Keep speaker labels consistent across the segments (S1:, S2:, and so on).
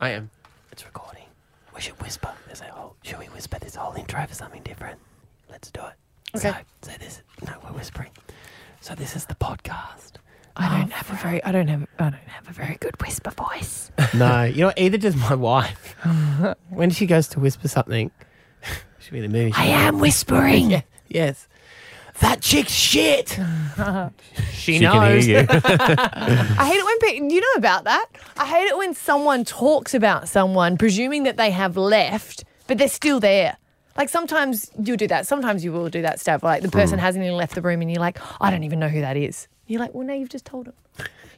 S1: I am.
S2: It's recording. We should whisper. There's a whole. Should we whisper this whole intro for something different? Let's do it.
S3: Okay.
S2: So, so this. No, we're whispering. So this is the podcast.
S3: I don't have a very I don't have I don't have a very good whisper voice.
S1: No, you know, either does my wife. when she goes to whisper something, she'll be in the movie.
S3: I am whispering.
S1: Yeah, yes. That chick's shit. she,
S4: She can
S1: knows.
S4: hear you.
S3: I hate it when people you know about that. I hate it when someone talks about someone presuming that they have left, but they're still there. Like sometimes you'll do that. Sometimes you will do that stuff. Like the person hasn't even left the room, and you're like, I don't even know who that is. You're like, well, now you've just told them.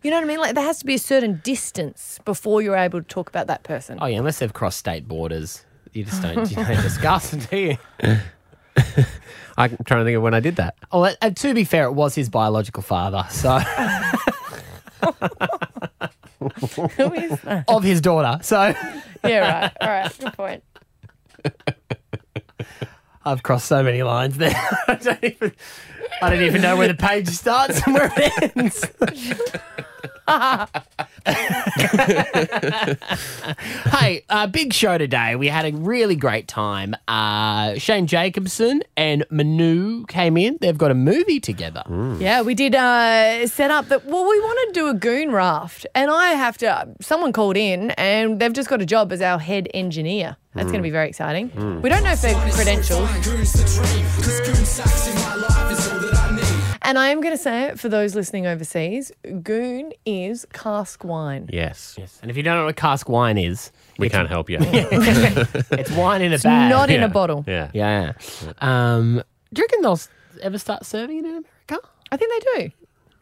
S3: You know what I mean? Like there has to be a certain distance before you're able to talk about that person.
S1: Oh yeah, unless they've crossed state borders, you just don't you don't discuss it, do you? I'm trying to think of when I did that. Oh, and- and to be fair, it was his biological father, so
S3: Who is that?
S1: of his daughter. So
S3: yeah, right. All right. Good point.
S1: I've crossed so many lines there. I don't even, I don't even know where the page starts and where it ends. hey, uh, big show today. We had a really great time. Uh, Shane Jacobson and Manu came in. They've got a movie together.
S3: Yeah, we did uh, set up that. Well, we wanted to do a goon raft, and I have to. um, Someone called in, and they've just got a job as our head engineer. That's going to be very exciting.
S1: Hmm.
S3: We don't know if they're credentials. And I am going to say it for those listening overseas goon is cask wine.
S4: yes.
S1: Yes. And if you don't know what cask wine is,
S4: We can't help you. yeah.
S1: it's wine in a bag.
S3: Not in a bottle.
S4: Yeah.
S1: yeah. Um, do you reckon they'll s- ever start serving it in America?
S3: I think they do.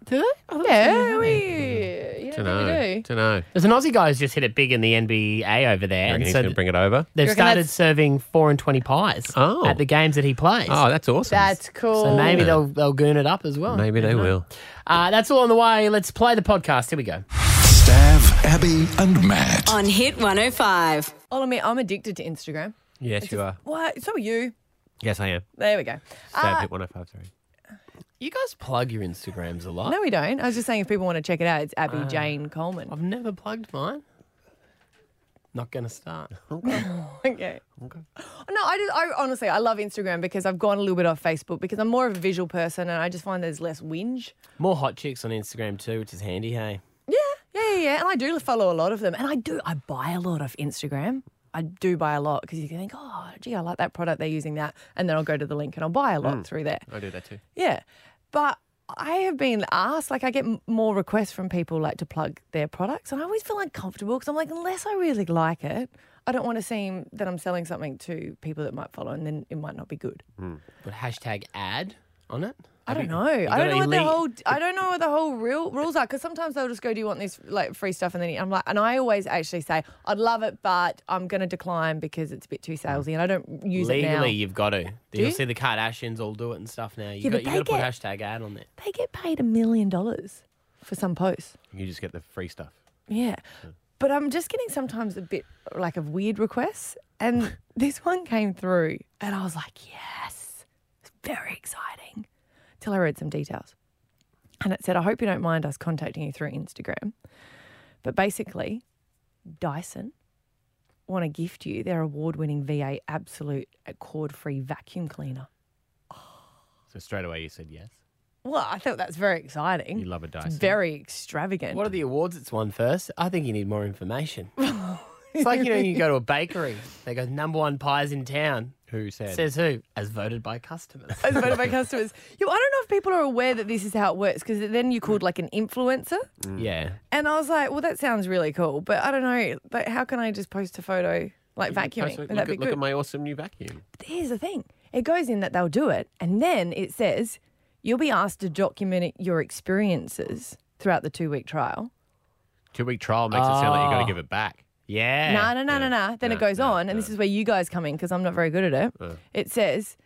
S1: Do they?
S3: Yeah, we. You know, we
S4: Dunno.
S3: do.
S4: Dunno.
S1: There's an Aussie guy who's just hit it big in the NBA over there,
S4: Reckon
S1: and
S4: he's
S1: so
S4: gonna bring it over.
S1: they've
S3: You reckon
S1: started
S3: that's-
S1: serving four and twenty pies
S4: Oh.
S1: at the games that he plays.
S4: Oh, that's awesome.
S3: That's cool.
S1: so maybe they'll they'll goon it up as well.
S4: Maybe they will.
S1: Uh, that's all on the way. Let's play the podcast. Here we go.
S5: Stav, Abby, and Matt.
S6: on Hit 105.
S3: I'll admit, I'm addicted to Instagram.
S4: Yes, you are.
S3: What? So are you.
S4: Yes, I am.
S3: There we go. Uh,
S4: Stab hit 105, sorry.
S1: You guys plug your Instagrams a lot.
S3: No, we don't. I was just saying if people want to check it out, it's Abby Jane Coleman.
S1: Ah. I've never plugged mine. Not gonna start.
S3: Okay. No, I just, I honestly, I love Instagram because I've gone a little bit off Facebook because I'm more of a visual person and I just find there's less whinge.
S1: More hot chicks on Instagram too, which is handy. Hey,
S3: Yeah, yeah, yeah, yeah. And I do follow a lot of them, and I do, I buy a lot off Instagram. I do buy a lot because you can think, oh, gee, I like that product. They're using that, and then I'll go to the link and I'll buy a
S4: Mm.
S3: lot through there.
S4: I do that too.
S3: Yeah, but I have been asked, like, I get m- more requests from people like to plug their products, and I always feel uncomfortable because I'm like, unless I really like it, I don't want to seem that I'm selling something to people that might follow, and then it might not be good.
S4: Hmm.
S1: but hashtag ad on it.
S3: I
S1: Have
S3: don't
S1: you-
S3: know.
S1: you
S3: I
S1: got
S3: don't know what the
S1: elite-
S3: whole. I don't know what the whole real rules are because sometimes they'll just go, "Do you want this like free stuff?" And then I'm like, and I always actually say, "I'd love it, but I'm going to decline because it's a bit too salesy, and I don't use it now."
S1: Legally, you've got to. You'll
S3: you?
S1: see the Kardashians all do it and stuff now. You got,
S3: Yeah, but
S1: you got to
S3: they
S1: put
S3: get-
S1: hashtag ad on there.
S3: They get paid a million dollars for some posts.
S4: You just get the free stuff.
S3: Yeah.
S1: Hmm.
S3: But I'm just getting sometimes a bit like of weird requests. And this one came through and I was like, yes, it's very exciting. Till I read some details. And it said, I hope you don't mind us contacting you through Instagram. But basically, Dyson want to gift you their award winning VA Absolute cord free vacuum cleaner.
S4: So straight away you said yes.
S3: Well, I thought that's very exciting.
S4: You love a
S3: it's
S4: Dyson.
S3: very extravagant.
S1: What are the awards it's won first? I think you need more information. it's like, you know, you go to a bakery, they go, number one pies in town.
S4: Who said?
S1: Says who? As voted by customers.
S3: as one of my customers. Yo, I don't know if people are aware that this is how it works because then you called like an influencer,
S4: Hmm.
S1: yeah.
S3: and I was like, well, that sounds really cool, but I don't know, like, how can I just post a photo like vacuuming?
S4: Oh,
S3: Would
S4: Look,
S3: that
S4: at,
S3: be
S4: look
S3: good?
S4: at my awesome new vacuum.
S3: Here's the thing: it goes in that they'll do it, and then it says you'll be asked to document your experiences throughout the two-week trial.
S4: Two week trial makes it sound like
S3: Ah.
S4: you got to give it back. Eh.
S1: Yeah.
S3: No, no, no, no, no. Then it
S4: no,
S3: goes
S4: no,
S3: on, and this is where you guys come in because I'm not very good at it. It says,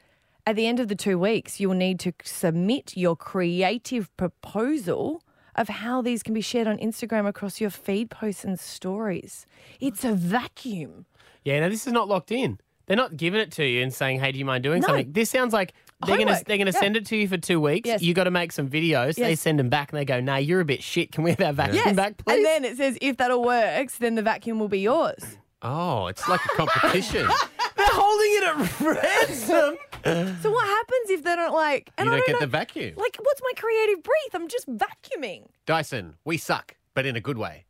S3: at the end of the two weeks, you will need to submit your creative proposal of how these can be shared on Instagram across your feed posts and stories. It's a vacuum.
S1: Yeah, no, this is not locked in. They're not giving it to you and saying, hey, do you mind doing
S3: No.
S1: something? This sounds like They're gonna
S3: Homework,
S1: they're gonna
S3: yeah.
S1: send it to you for two weeks.
S3: Yes.
S1: You got to make some videos. They
S3: Yes.
S1: send them back and they go, "Nah, you're a bit shit. Can we have our vacuum
S3: Yes.
S1: back, please?"
S3: and then it says if that all works, then the vacuum will be yours.
S4: Oh, it's like a competition.
S1: they're holding it at ransom.
S3: So what happens if they don't like?
S4: you
S3: And I
S4: don't
S3: don't
S4: get
S3: know,
S4: the vacuum.
S3: like, what's my creative breath? I'm just vacuuming.
S4: Dyson, we suck, but in a good way.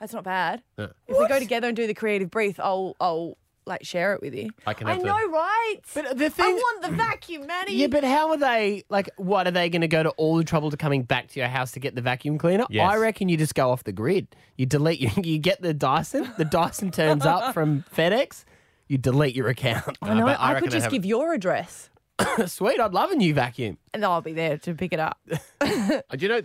S3: That's not bad.
S4: Yeah.
S3: If we go together and do the creative breath, I'll I'll like share it with you.
S4: I can
S3: I
S4: have the-
S3: know, right?
S1: But the
S3: I
S1: thing,
S3: want the vacuum, Maddie.
S1: yeah, but how are they? Like, what are they going to go to all the trouble to coming back to your house to get the vacuum cleaner?
S4: Yes.
S1: I reckon you just go off the grid. You delete. You, you get the Dyson. The Dyson turns up from FedEx. You delete your account.
S3: I know.
S4: Uh, but I
S3: I,
S4: reckon
S3: could
S4: they
S3: just
S4: have-
S3: give your address,
S1: Sweet, I'd love a new vacuum.
S3: and I'll be there to pick it up.
S4: Uh, Do you know?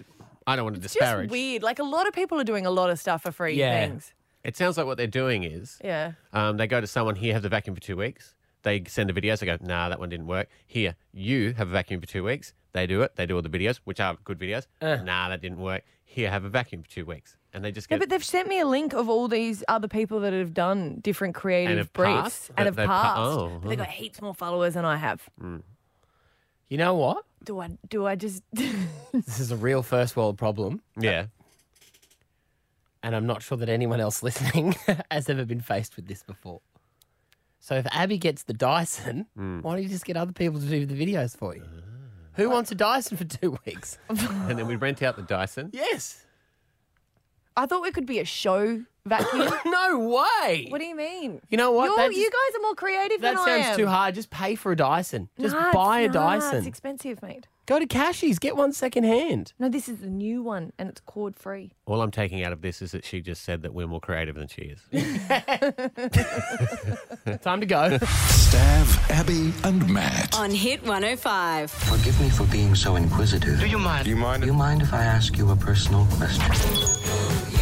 S4: I don't want to disparage.
S3: Just weird. Like a lot of people are doing a lot of stuff for free
S1: Yeah.
S3: things.
S4: It sounds like what they're doing is
S3: Yeah.
S4: um, they go to someone here, have the vacuum for two weeks. They send the videos. They go, nah, that one didn't work. Here, you have a vacuum for two weeks. They do it. They do all the videos, which are good videos. Nah, that didn't work. Here, have a vacuum for two weeks, and they just
S3: Yeah,
S4: get.
S3: but they've sent me a link of all these other people that have done different creative
S4: have
S3: briefs
S4: passed?
S3: and have
S4: That they've
S3: passed.
S4: pa- oh,
S3: but they've got heaps more followers than I have.
S1: You know what?
S3: Do I? Do I just?
S1: This is a real first world problem.
S4: yeah,
S1: and I'm not sure that anyone else listening has ever been faced with this before. So if Abby gets the Dyson, why don't you just get other people to do the videos for you? Who wants a Dyson for two weeks?
S4: and then we rent out the Dyson.
S1: yes.
S3: I thought we could be a show vacuum.
S1: No way.
S3: what do you mean?
S1: You know what?
S3: You're,
S1: That
S3: you
S1: just-
S3: guys are more creative
S1: that
S3: than I
S1: sounds
S3: am.
S1: too hard. Just pay for a Dyson. Just
S3: Nah,
S1: buy a
S3: it's not. It's
S1: Dyson.
S3: expensive, mate.
S1: Go to Cashies, get one second hand.
S3: No, this is the new one, and it's cord free.
S4: All I'm taking out of this is that she just said that we're more creative than she is.
S1: Time to go.
S5: Stav, Abby, and Matt.
S6: On Hit 105.
S7: Forgive me for being so inquisitive. Do you mind? Do you mind? Do you mind if I ask you a personal question?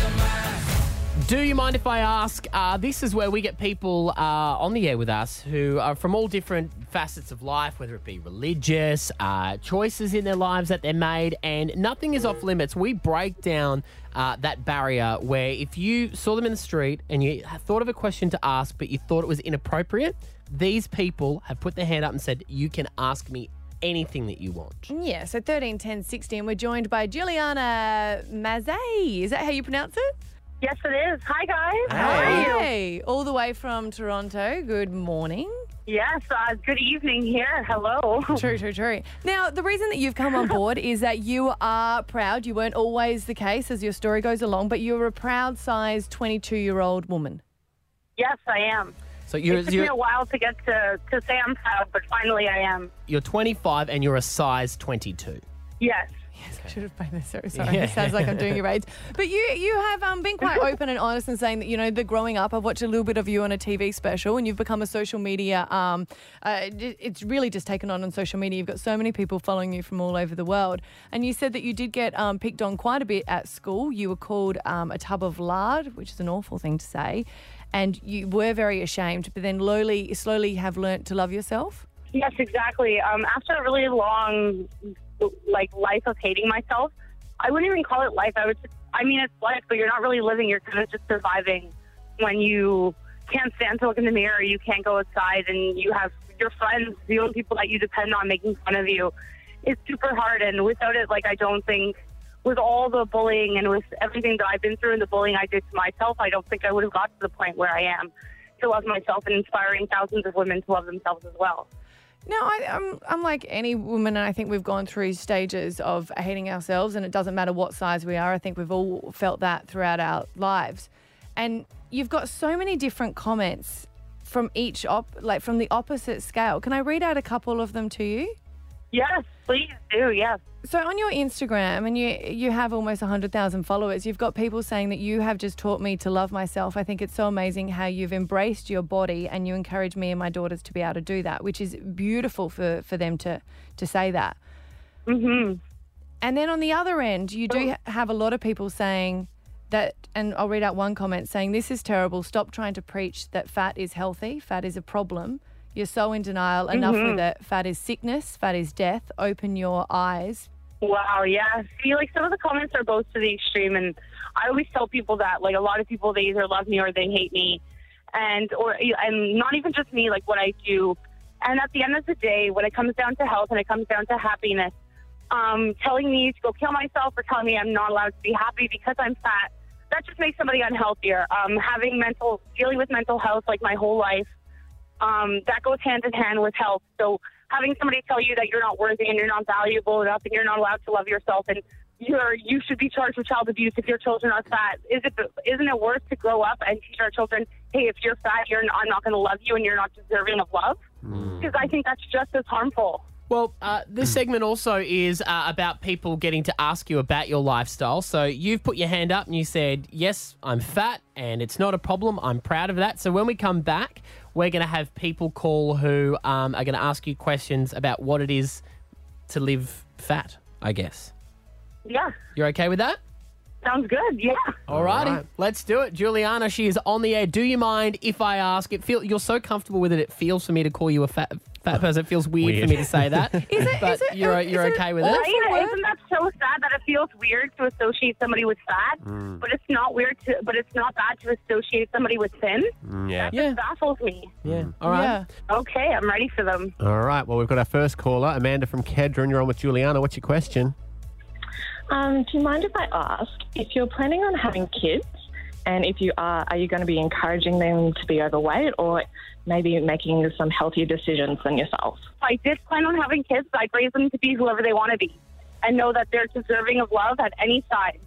S1: Do you mind if I ask? Uh, this is where we get people uh, on the air with us who are from all different facets of life, whether it be religious, uh, choices in their lives that they're made, and nothing is off limits. We break down uh, that barrier where if you saw them in the street and you thought of a question to ask, but you thought it was inappropriate, these people have put their hand up and said, You can ask me anything that you want.
S3: Yeah, so 13, 10, 16, we're joined by Juliana Mazay. Is that how you pronounce it?
S8: Yes, it is. Hi, guys.
S3: Hey, all the way from Toronto. Good morning.
S8: Yes, uh, good evening here. Hello.
S3: True, true, true. Now, the reason that you've come on board is that you are proud. You weren't always the case as your story goes along, but you're a proud sized 22 year old woman.
S8: Yes, I am.
S1: So you're,
S8: It took me
S1: you're,
S8: a while to get to, to say I'm proud, but finally I am.
S1: you're 25 and you're a size 22.
S8: Yes.
S3: Yes, I should have been there. Sorry, sorry. It sounds like I'm doing your raids. But you you have um, been quite open and honest in saying that, you know, the growing up, I've watched a little bit of you on a TV special and you've become a social media, um, uh, it- it's really just taken on on social media. You've got so many people following you from all over the world. And you said that you did get um, picked on quite a bit at school. You were called um, a tub of lard, which is an awful thing to say. And you were very ashamed, but then slowly, slowly have learnt to love yourself.
S8: Yes, exactly. Um, after a really long, like, life of hating myself, I wouldn't even call it life. I would. Just, I mean, it's life, but you're not really living. You're kind of just surviving when you can't stand to look in the mirror. You can't go outside, and you have your friends, the only people that you depend on, making fun of you. It's super hard, and without it, like, I don't think. With all the bullying and with everything that I've been through and the bullying I did to myself, I don't think I would have got to the point where I am to love myself and inspiring thousands of women to love themselves as well.
S3: No, I, I'm, I'm like any woman, and I think we've gone through stages of hating ourselves, and it doesn't matter what size we are. I think we've all felt that throughout our lives. And you've got so many different comments from each op, like from the opposite scale. Can I read out a couple of them to you?
S8: Yes, please do. Yes.
S3: So on your Instagram, and you you have almost 100,000 followers, you've got people saying that you have just taught me to love myself. I think it's so amazing how you've embraced your body and you encourage me and my daughters to be able to do that, which is beautiful for, for them to, to say that.
S8: hmm
S3: And then on the other end, you
S8: Oh.
S3: do ha- have a lot of people saying that, and I'll read out one comment saying, This is terrible. Stop trying to preach that fat is healthy, fat is a problem. You're so in denial. Enough
S8: Mm-hmm.
S3: with it. Fat is sickness, fat is death. Open your eyes.
S8: Wow. Yeah. See, like some of the comments are both to the extreme, and I always tell people that like a lot of people they either love me or they hate me, and or and not even just me. Like what I do, And at the end of the day, when it comes down to health and it comes down to happiness, um, telling me to go kill myself or telling me I'm not allowed to be happy because I'm fat, that just makes somebody unhealthier. Um, having mental, dealing with mental health like my whole life, um, that goes hand in hand with health. So having somebody tell you that you're not worthy and you're not valuable enough and you're not allowed to love yourself and you're you should be charged with child abuse if your children are fat. Is it isn't it worse to grow up and teach our children, hey, if you're fat, you're I'm not going to love you and you're not deserving of love? Because I think that's just as harmful.
S1: Well, uh, this segment also is uh, about people getting to ask you about your lifestyle. So you've put your hand up and you said, Yes, I'm fat and it's not a problem. I'm proud of that. So when we come back, we're going to have people call who um, are going to ask you questions about what it is to live fat, I guess.
S8: Yeah,
S1: You're okay with that?
S8: sounds good. Yeah.
S1: All righty, let's do it. Juliana, she is on the air. Do you mind if I ask? It feel you're so comfortable with it. It feels for me to call you a fat fat person. It feels weird,
S4: Weird.
S1: for me to say that.
S3: Is it-
S1: But
S3: is it-
S1: you're
S3: is
S1: you're
S3: it
S1: okay with
S3: all
S1: it?
S3: right?
S8: Right?
S3: word.
S8: Isn't that so sad that it feels weird to associate somebody with fat, but it's not weird to, but it's not bad to associate somebody with thin.
S4: Yeah.
S1: Yeah.
S8: It baffles me.
S1: Yeah. All right.
S3: Yeah.
S8: Okay, I'm ready for them.
S4: All right. Well, we've got our first caller, Amanda from Kedron. You're on with Juliana. What's your question?
S9: Um, do you mind if I ask if you're planning on having kids? And if you are, are you going to be encouraging them to be overweight or maybe making some healthier decisions than yourself?
S8: If I did plan on having kids, I'd raise them to be whoever they want to be and know that they're deserving of love at any size.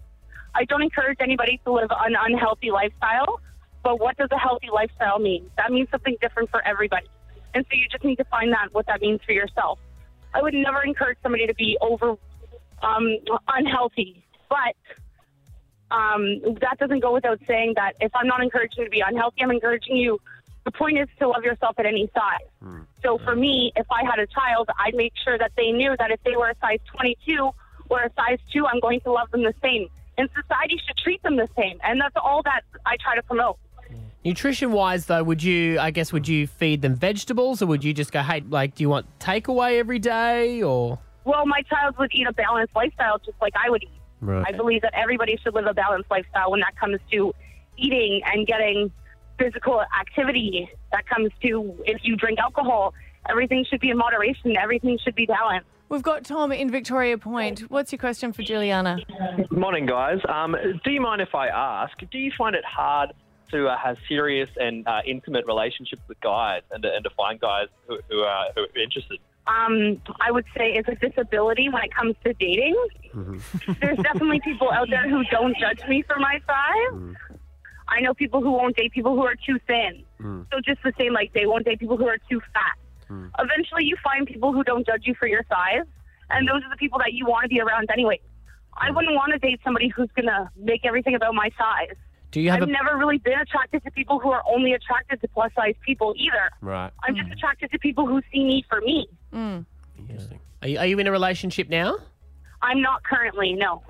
S8: I don't encourage anybody to live an unhealthy lifestyle, but what does a healthy lifestyle mean? That means something different for everybody. And so you just need to find that what that means for yourself. I would never encourage somebody to be over um, unhealthy, but um, that doesn't go without saying that if I'm not encouraging you to be unhealthy, I'm encouraging you. The point is to love yourself at any size. So for me, if I had a child, I'd make sure that they knew that if they were a size 22 or a size 2, I'm going to love them the same. And society should treat them the same. And that's all that I try to promote.
S1: Nutrition wise, though, would you, I guess, would you feed them vegetables or would you just go, hey, like, do you want takeaway every day or?
S8: Well, my child would eat a balanced lifestyle just like I would eat. I believe that everybody should live a balanced lifestyle when that comes to eating and getting physical activity. That comes to if you drink alcohol, everything should be in moderation, everything should be balanced.
S3: We've got Tom in Victoria Point. What's your question for Juliana?
S10: Morning, guys. Um, do you mind if I ask? Do you find it hard to uh, have serious and uh, intimate relationships with guys, and, to- and to find guys who, who,
S11: uh,
S10: are, who are interested?
S8: um, I would say is a disability when it comes to dating.
S1: Mm-hmm.
S8: There's definitely people out there who don't judge me for my size.
S1: Mm.
S8: I know people who won't date people who are too thin.
S1: Mm.
S8: So just the same, like they won't date people who are too fat. Eventually, you find people who don't judge you for your size, and those are the people that you want to be around anyway. I
S1: Mm.
S8: wouldn't want to date somebody who's gonna make everything about my size.
S1: Do you have
S8: I've
S1: a.
S8: never really been attracted to people who are only attracted to plus size people either.
S4: Right.
S8: I'm just attracted to people who see me for me.
S4: Interesting.
S1: Are you, are you in a relationship now?
S8: I'm not currently, no.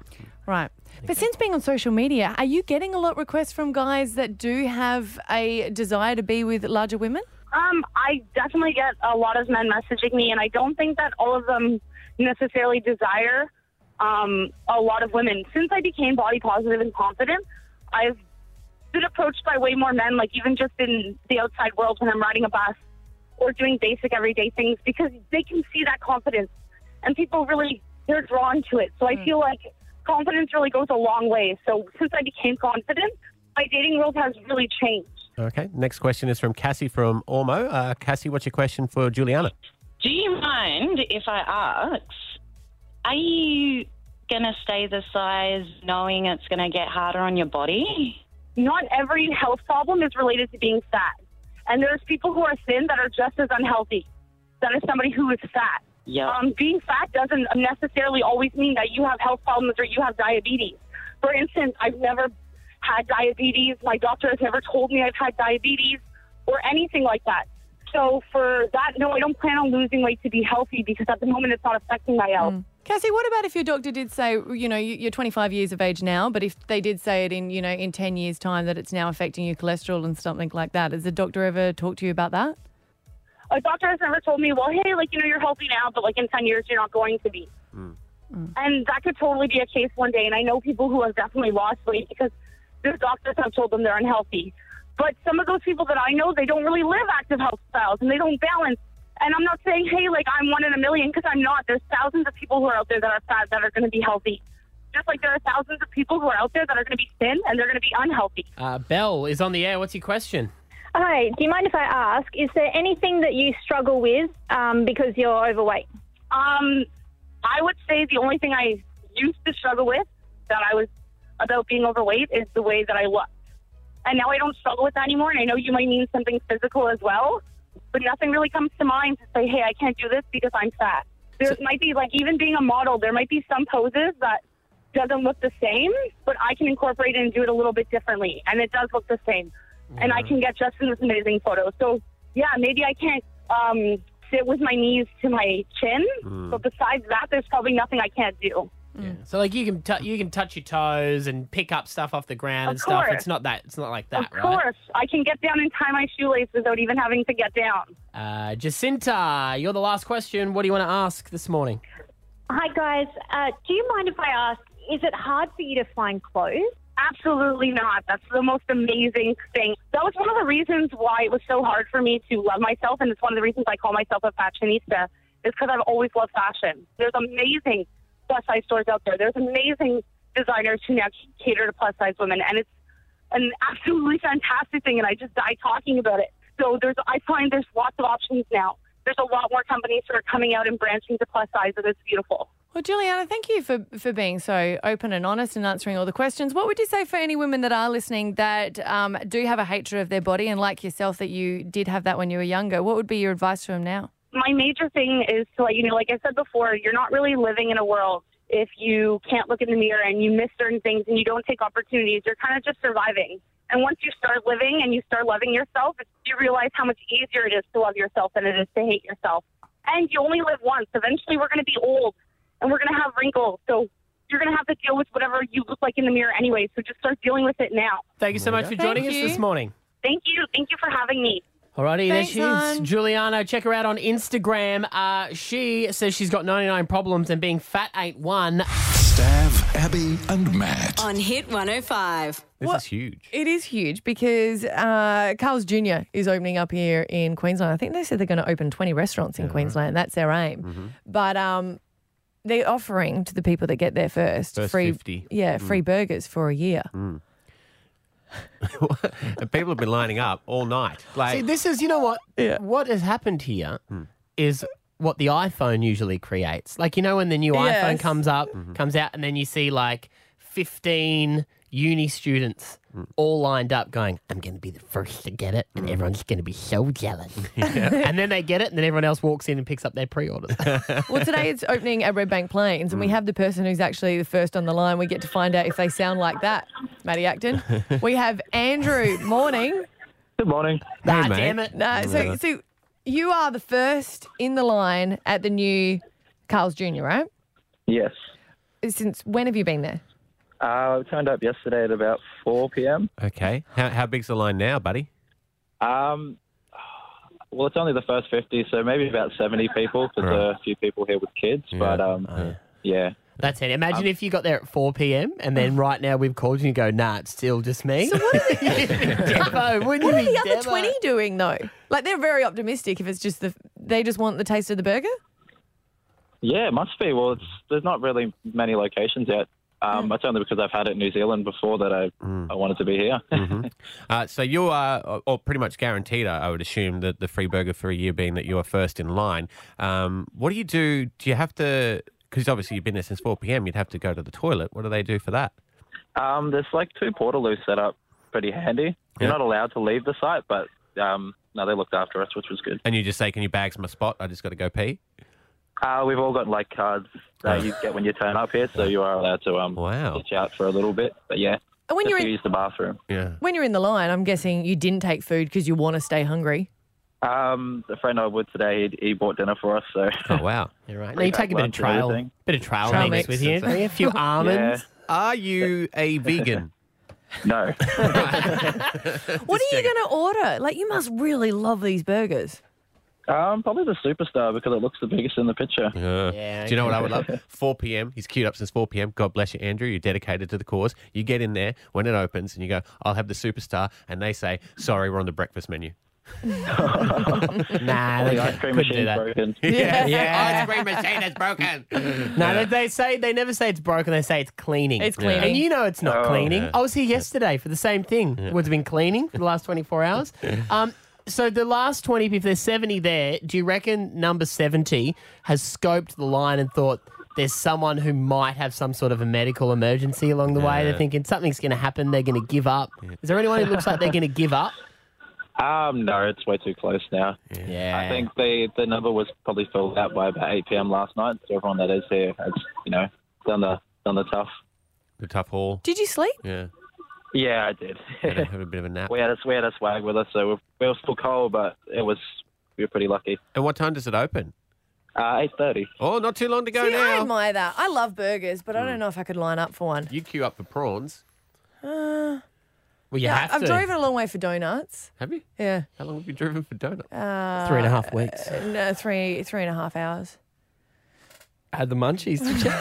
S3: Right. But since being on social media, are you getting a lot of requests from guys that do have a desire to be with larger women?
S8: Um, I definitely get a lot of men messaging me, and I don't think that all of them necessarily desire um, a lot of women. Since I became body positive and confident, I've been approached by way more men, like even just in the outside world when I'm riding a bus or doing basic everyday things, because they can see that confidence, and people really they're drawn to it. So I feel like confidence really goes a long way. So since I became confident, my dating world has really changed.
S4: Okay. Next question is from Cassie from Ormo. Uh, Cassie, what's your question for Juliana?
S9: Do you mind if I ask, are you going to stay the size knowing it's going to get harder on your body?
S8: not every health problem is related to being fat. And there's people who are thin that are just as unhealthy. That is somebody who is fat.
S9: Yeah.
S8: Um, being fat doesn't necessarily always mean that you have health problems or you have diabetes. For instance, I've never had diabetes. My doctor has never told me I've had diabetes or anything like that. So for that, no, I don't plan on losing weight to be healthy because at the moment it's not affecting my health.
S3: Cassie, what about if your doctor did say, you know, you- you're 25 years of age now, but if they did say it in, you know, in 10 years' time that it's now affecting your cholesterol and something like that? Has the doctor ever talked to you about that?
S8: a doctor has never told me, well, hey, like, you know, you're healthy now, but like in 10 years, you're not going to be. And that could totally be a case one day. And I know people who have definitely lost weight because their doctors have told them they're unhealthy. But some of those people that I know, they don't really live active health styles and they don't balance. And I'm not saying, hey, like I'm one in a million because I'm not. There's thousands of people who are out there that are fat that are going to be healthy. Just like there are thousands of people who are out there that are going to be thin and they're going to be unhealthy.
S1: Uh, Belle is on the air. What's your question?
S12: Hi, do you mind if I ask, is there anything that you struggle with um, because you're overweight?
S8: Um, I would say the only thing I used to struggle with that I was about being overweight is the way that I look. And now I don't struggle with that anymore. And I know you might mean something physical as well, but nothing really comes to mind to say, hey, I can't do this because I'm fat. There might be, like, even being a model, there might be some poses that doesn't look the same, but I can incorporate it and do it a little bit differently. And it does look the same. And I
S1: Mm.
S13: Mhm.
S8: can get Justin this amazing photo. So, yeah, maybe I can't um, sit with my knees to my chin.
S1: Mm.
S8: But besides that, there's probably nothing I can't do.
S1: So like you can t- you can touch your toes and pick up stuff off the ground and stuff.
S8: course.
S1: It's not that. It's not like that,
S8: of
S1: right?
S8: course, I can get down and tie my shoelace without even having to get down.
S1: Uh, Jacinta, you're the last question. What do you want to ask this morning?
S12: Hi, guys. Uh, do you mind if I ask, is it hard for you to find clothes?
S8: Absolutely not. That's the most amazing thing. That was one of the reasons why it was so hard for me to love myself, and it's one of the reasons I call myself a fashionista, is because I've always loved fashion. There's amazing plus size stores out there. There's amazing designers who now cater to plus size women, and it's an absolutely fantastic thing. And I just die talking about it. So there's, I find there's lots of options now. There's a lot more companies that are coming out and branching to plus size, and it's beautiful.
S3: Well, Juliana, thank you for, for being so open and honest and answering all the questions. What would you say for any women that are listening that um, do have a hatred of their body and, like yourself, that you did have that when you were younger? What would be your advice to them now?
S8: my major thing is to let you know, like I said before, you're not really living in a world if you can't look in the mirror and you miss certain things and you don't take opportunities. You're kind of just surviving. And once you start living and you start loving yourself, you realize how much easier it is to love yourself than it is to hate yourself. And you only live once. Eventually, we're going to be old and we're going to have wrinkles. So you're going to have to deal with whatever you look like in the mirror anyway. So just start dealing with it now.
S1: Thank you so much for joining us this morning.
S8: Thank you. Thank you for having me.
S1: Alrighty, Oh, there
S8: Thanks,
S1: she is.
S8: hon.
S1: Juliana, check her out on Instagram. Uh, she says she's got 99 problems and being fat ain't one.
S5: Stav, Abby, and Matt.
S6: On Hit 105.
S4: This
S3: What-
S4: is huge.
S3: It is huge because uh, Carl's Jr. is opening up here in Queensland. I think they said they're going to open 20 restaurants in Queensland. That's their aim.
S4: Mm-hmm.
S3: But um, they're offering to the people that get there first,
S4: First Mm.
S3: free
S4: 50.
S3: yeah, free burgers for a year.
S4: Mm. And people have been lining up all night. Like,
S1: See, this is, you know what? What has happened here is what the iPhone usually creates. Like, you know, when the new iPhone
S4: Yes.
S1: comes up, comes out, and then you see like 15 uni students all lined up going, I'm going to be the first to get it. And
S4: Mm.
S1: everyone's going to be so jealous. and then they get it, and then everyone else walks in and picks up their pre orders.
S3: Well, today it's opening at Red Bank Plains, and we have the person who's actually the first on the line. We get to find out if they sound like that, Matty Acton. We have Andrew. Morning.
S11: Good morning.
S1: Nah, Ah, damn it.
S3: No, so, so you are the first in the line at the new Carl's Jr., right?
S11: Yes.
S3: Since when have you been there?
S11: Uh, I turned up yesterday at about 4 p.m.
S4: okay. How, how big's the line now, buddy?
S11: Um, well, it's only the first 50, so maybe about 70 people, because there are a few people here with kids. But um, yeah.
S1: That's it. Imagine if you got there at 4 p.m. and then right now we've called you and you go, nah, it's still just me. So what Devo, wouldn't
S3: what
S1: you be
S3: are the
S1: Devo?
S3: other 20 doing, though? Like, they're very optimistic if it's just the, they just want the taste of the burger.
S11: Yeah, it must be. Well, it's, there's not really many locations yet. Um,
S1: Hmm.
S11: It's only because I've had it in New Zealand before that I, I wanted to be here.
S4: Uh, so you are, or- or pretty much guaranteed, I I would assume, that the free burger for a year being that you're first in line. Um, what do you do? Do you have to, because obviously you've been there since 4 p.m., you'd have to go to the toilet. What do they do for that?
S11: Um, there's like two portaloos set up, pretty handy. You're not allowed to leave the site, but um, no, they looked after us, which was good.
S4: And you just say, can you bags my spot? I just got to go pee.
S11: Uh, we've all got like cards
S4: Oh.
S11: that you get when you turn up here, so you are allowed to um ditch out for a little bit. But yeah,
S3: And when
S11: just
S3: you're
S11: to
S3: in-
S11: use the bathroom.
S4: Yeah.
S3: When you're in the line, I'm guessing you didn't take food because you want to stay hungry.
S11: Um, the friend I was with today, he, he bought dinner for us. So.
S4: Oh wow.
S1: You're right. Now you take a bit of trail, bit of trail,
S4: Trail
S1: mix with
S4: mix.
S1: you, a few almonds.
S4: Are you a vegan?
S11: no.
S3: What are you going to order? Like, you must really love these burgers.
S11: Um, probably the superstar because it looks the biggest in the picture.
S4: Do you know what I would love? 4 p.m. He's queued up since 4 p.m. God bless you, Andrew. You're dedicated to the cause. You get in there when it opens and you go, I'll have the superstar. And they say, sorry, we're on the breakfast menu.
S1: nah,
S11: the
S1: they
S11: ice cream
S1: couldn't do
S11: machine's
S1: that.
S11: broken.
S1: Yeah,
S4: Ice
S1: yeah.
S4: cream machine is broken.
S1: No, they, they say they never say it's broken. They say it's cleaning.
S4: It's cleaning.
S1: and you know it's not
S4: Oh.
S1: cleaning.
S4: Yeah.
S1: I was here yesterday for the same thing.
S4: Yeah.
S1: Would have been cleaning for the last twenty four hours. Um, so the last twenty, if there's seventy there, do you reckon number seventy has scoped the line and thought there's someone who might have some sort of a medical emergency along the way? They're
S11: Yeah.
S1: thinking something's going to happen. They're going to give up. Is there anyone who looks like they're going to give up?
S11: Um, no, it's way too close now.
S1: Yeah.
S11: I think the the number was probably filled out by about 8 p.m. last night. So everyone that is there has, you know, done the done the tough.
S4: The tough haul.
S3: Did you sleep?
S4: Yeah.
S11: Yeah, I did.
S4: Had a, had a bit of a nap.
S11: we had a we had a swag with us, so we we were still cold, but it was we were pretty lucky.
S4: And what time does it open?
S11: Uh, eight thirty.
S4: Oh, not too long to go
S3: See,
S4: now. Hmm.
S3: I admire that. I love burgers, but I don't know if I could line up for one.
S4: You queue up for prawns.
S3: Uh,
S1: Well, you
S3: yeah,
S4: have
S3: I've
S4: to.
S3: driven a long way for donuts.
S4: Have you?
S3: Yeah.
S4: How long have you driven for donuts?
S3: Uh,
S1: Three and a half weeks.
S3: uh, No, three three and a half hours.
S1: Had the munchies. did you?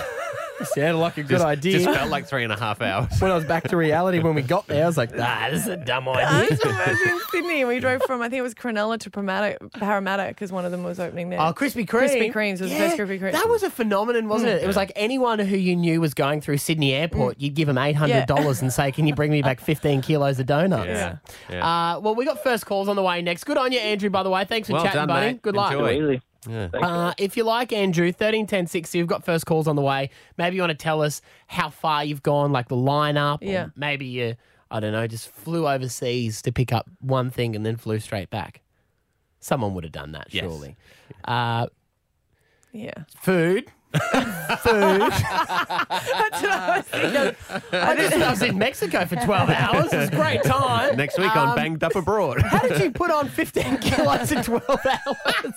S1: Sounded like a good
S4: Just-
S1: idea.
S4: Just felt like three and a half hours.
S1: when I was back to reality when we got there, I was like, nah, this is a dumb
S3: I
S1: idea.
S3: was in Sydney and we drove from, I think it was Cronulla to Parramatta Parramatta because one of them was opening there.
S1: Oh, Krispy Kreme.
S3: Krispy Kremes was the first Krispy Kreme. Mm.
S1: That was a phenomenon, wasn't it? It was like anyone who you knew was going through Sydney Airport, you'd give them $800 and say, Can you bring me back 15 kilos of donuts?
S4: Yeah.
S1: Uh, well, we got first calls on the way next. Good on you, Andrew, by the way. Thanks for
S4: well
S1: chatting,
S4: done,
S1: buddy.
S4: mate.
S1: Good luck.
S4: Enjoy. Yeah.
S1: Uh, if you like, Andrew, 13, 10, 60, you've got first calls on the way. Maybe you want to tell us how far you've gone, like the lineup.
S3: Yeah.
S1: Or maybe you, I don't know, just flew overseas to pick up one thing and then flew straight back. Someone would have done that,
S4: Yes.
S1: surely. Uh,
S3: yeah.
S1: food. food.
S3: That's what I was thinking.
S1: I, just, I was in Mexico for 12 hours. It was a great time.
S4: Next week on
S1: Um,
S4: Banged Up Abroad.
S1: How did you put on 15 kilos in 12 hours?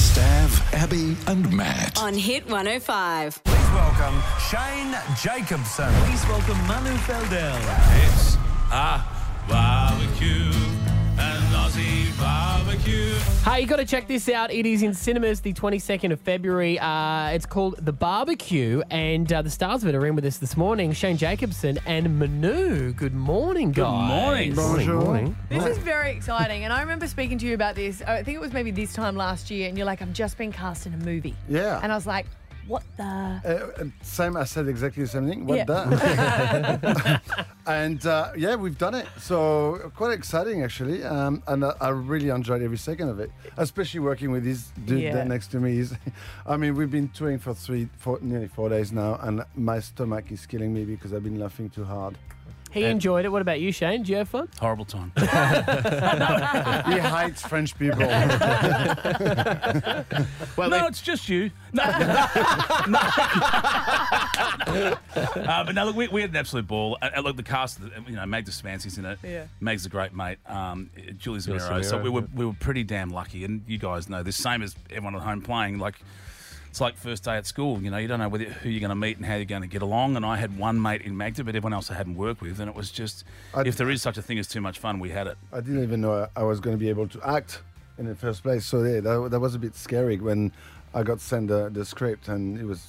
S5: Stav, Abby, and Matt.
S6: On Hit 105.
S13: Please welcome Shane Jacobson. Please welcome Manu Feldel. It's a barbecue, an Aussie barbecue.
S1: Hey, you got to check this out. It is in cinemas the 22nd of February. Uh, it's called The Barbecue, and uh, the stars of it are in with us this morning Shane Jacobson and Manu. Good morning, guys.
S13: morning. Bonjour.
S3: This is very exciting. And I remember speaking to you about this, I think it was maybe this time last year, and you're like, I've just been cast in a movie.
S14: Yeah.
S3: And I was like, what the?
S14: Uh, and same, I said exactly the same thing. What
S3: Yeah.
S14: that? and uh, yeah, we've done it. So quite exciting, actually. Um, and I, I really enjoyed every second of it, especially working with this dude
S15: Yeah.
S14: that next to me. Is, I mean, we've been touring for three, four, nearly four days now, and my stomach is killing me because I've been laughing too hard.
S1: He enjoyed it. What about you, Shane? Did you have fun?
S13: Horrible time.
S14: He hates French people.
S13: no, it's just you. No. Uh, No. uh, but no, look, we, we had an absolute ball. Uh, uh, look, the cast, uh, you know, Meg Despancy's in it.
S16: Yeah.
S13: Meg's a great mate. Um, uh, Julie
S16: Julie
S13: Zamiro. So
S16: Zamiro,
S13: we were we were pretty damn lucky, and you guys know this. Same as everyone at home playing, like. It's like first day at school, you know. You don't know whether, who you're going to meet and how you're going to get along. And I had one mate in Magda, but everyone else I hadn't worked with, and it was just if there is such a thing as too much fun, we had it.
S14: I didn't even know I was going to be able to act in the first place. So yeah, that, that was a bit scary when I got sent the, the script, and it was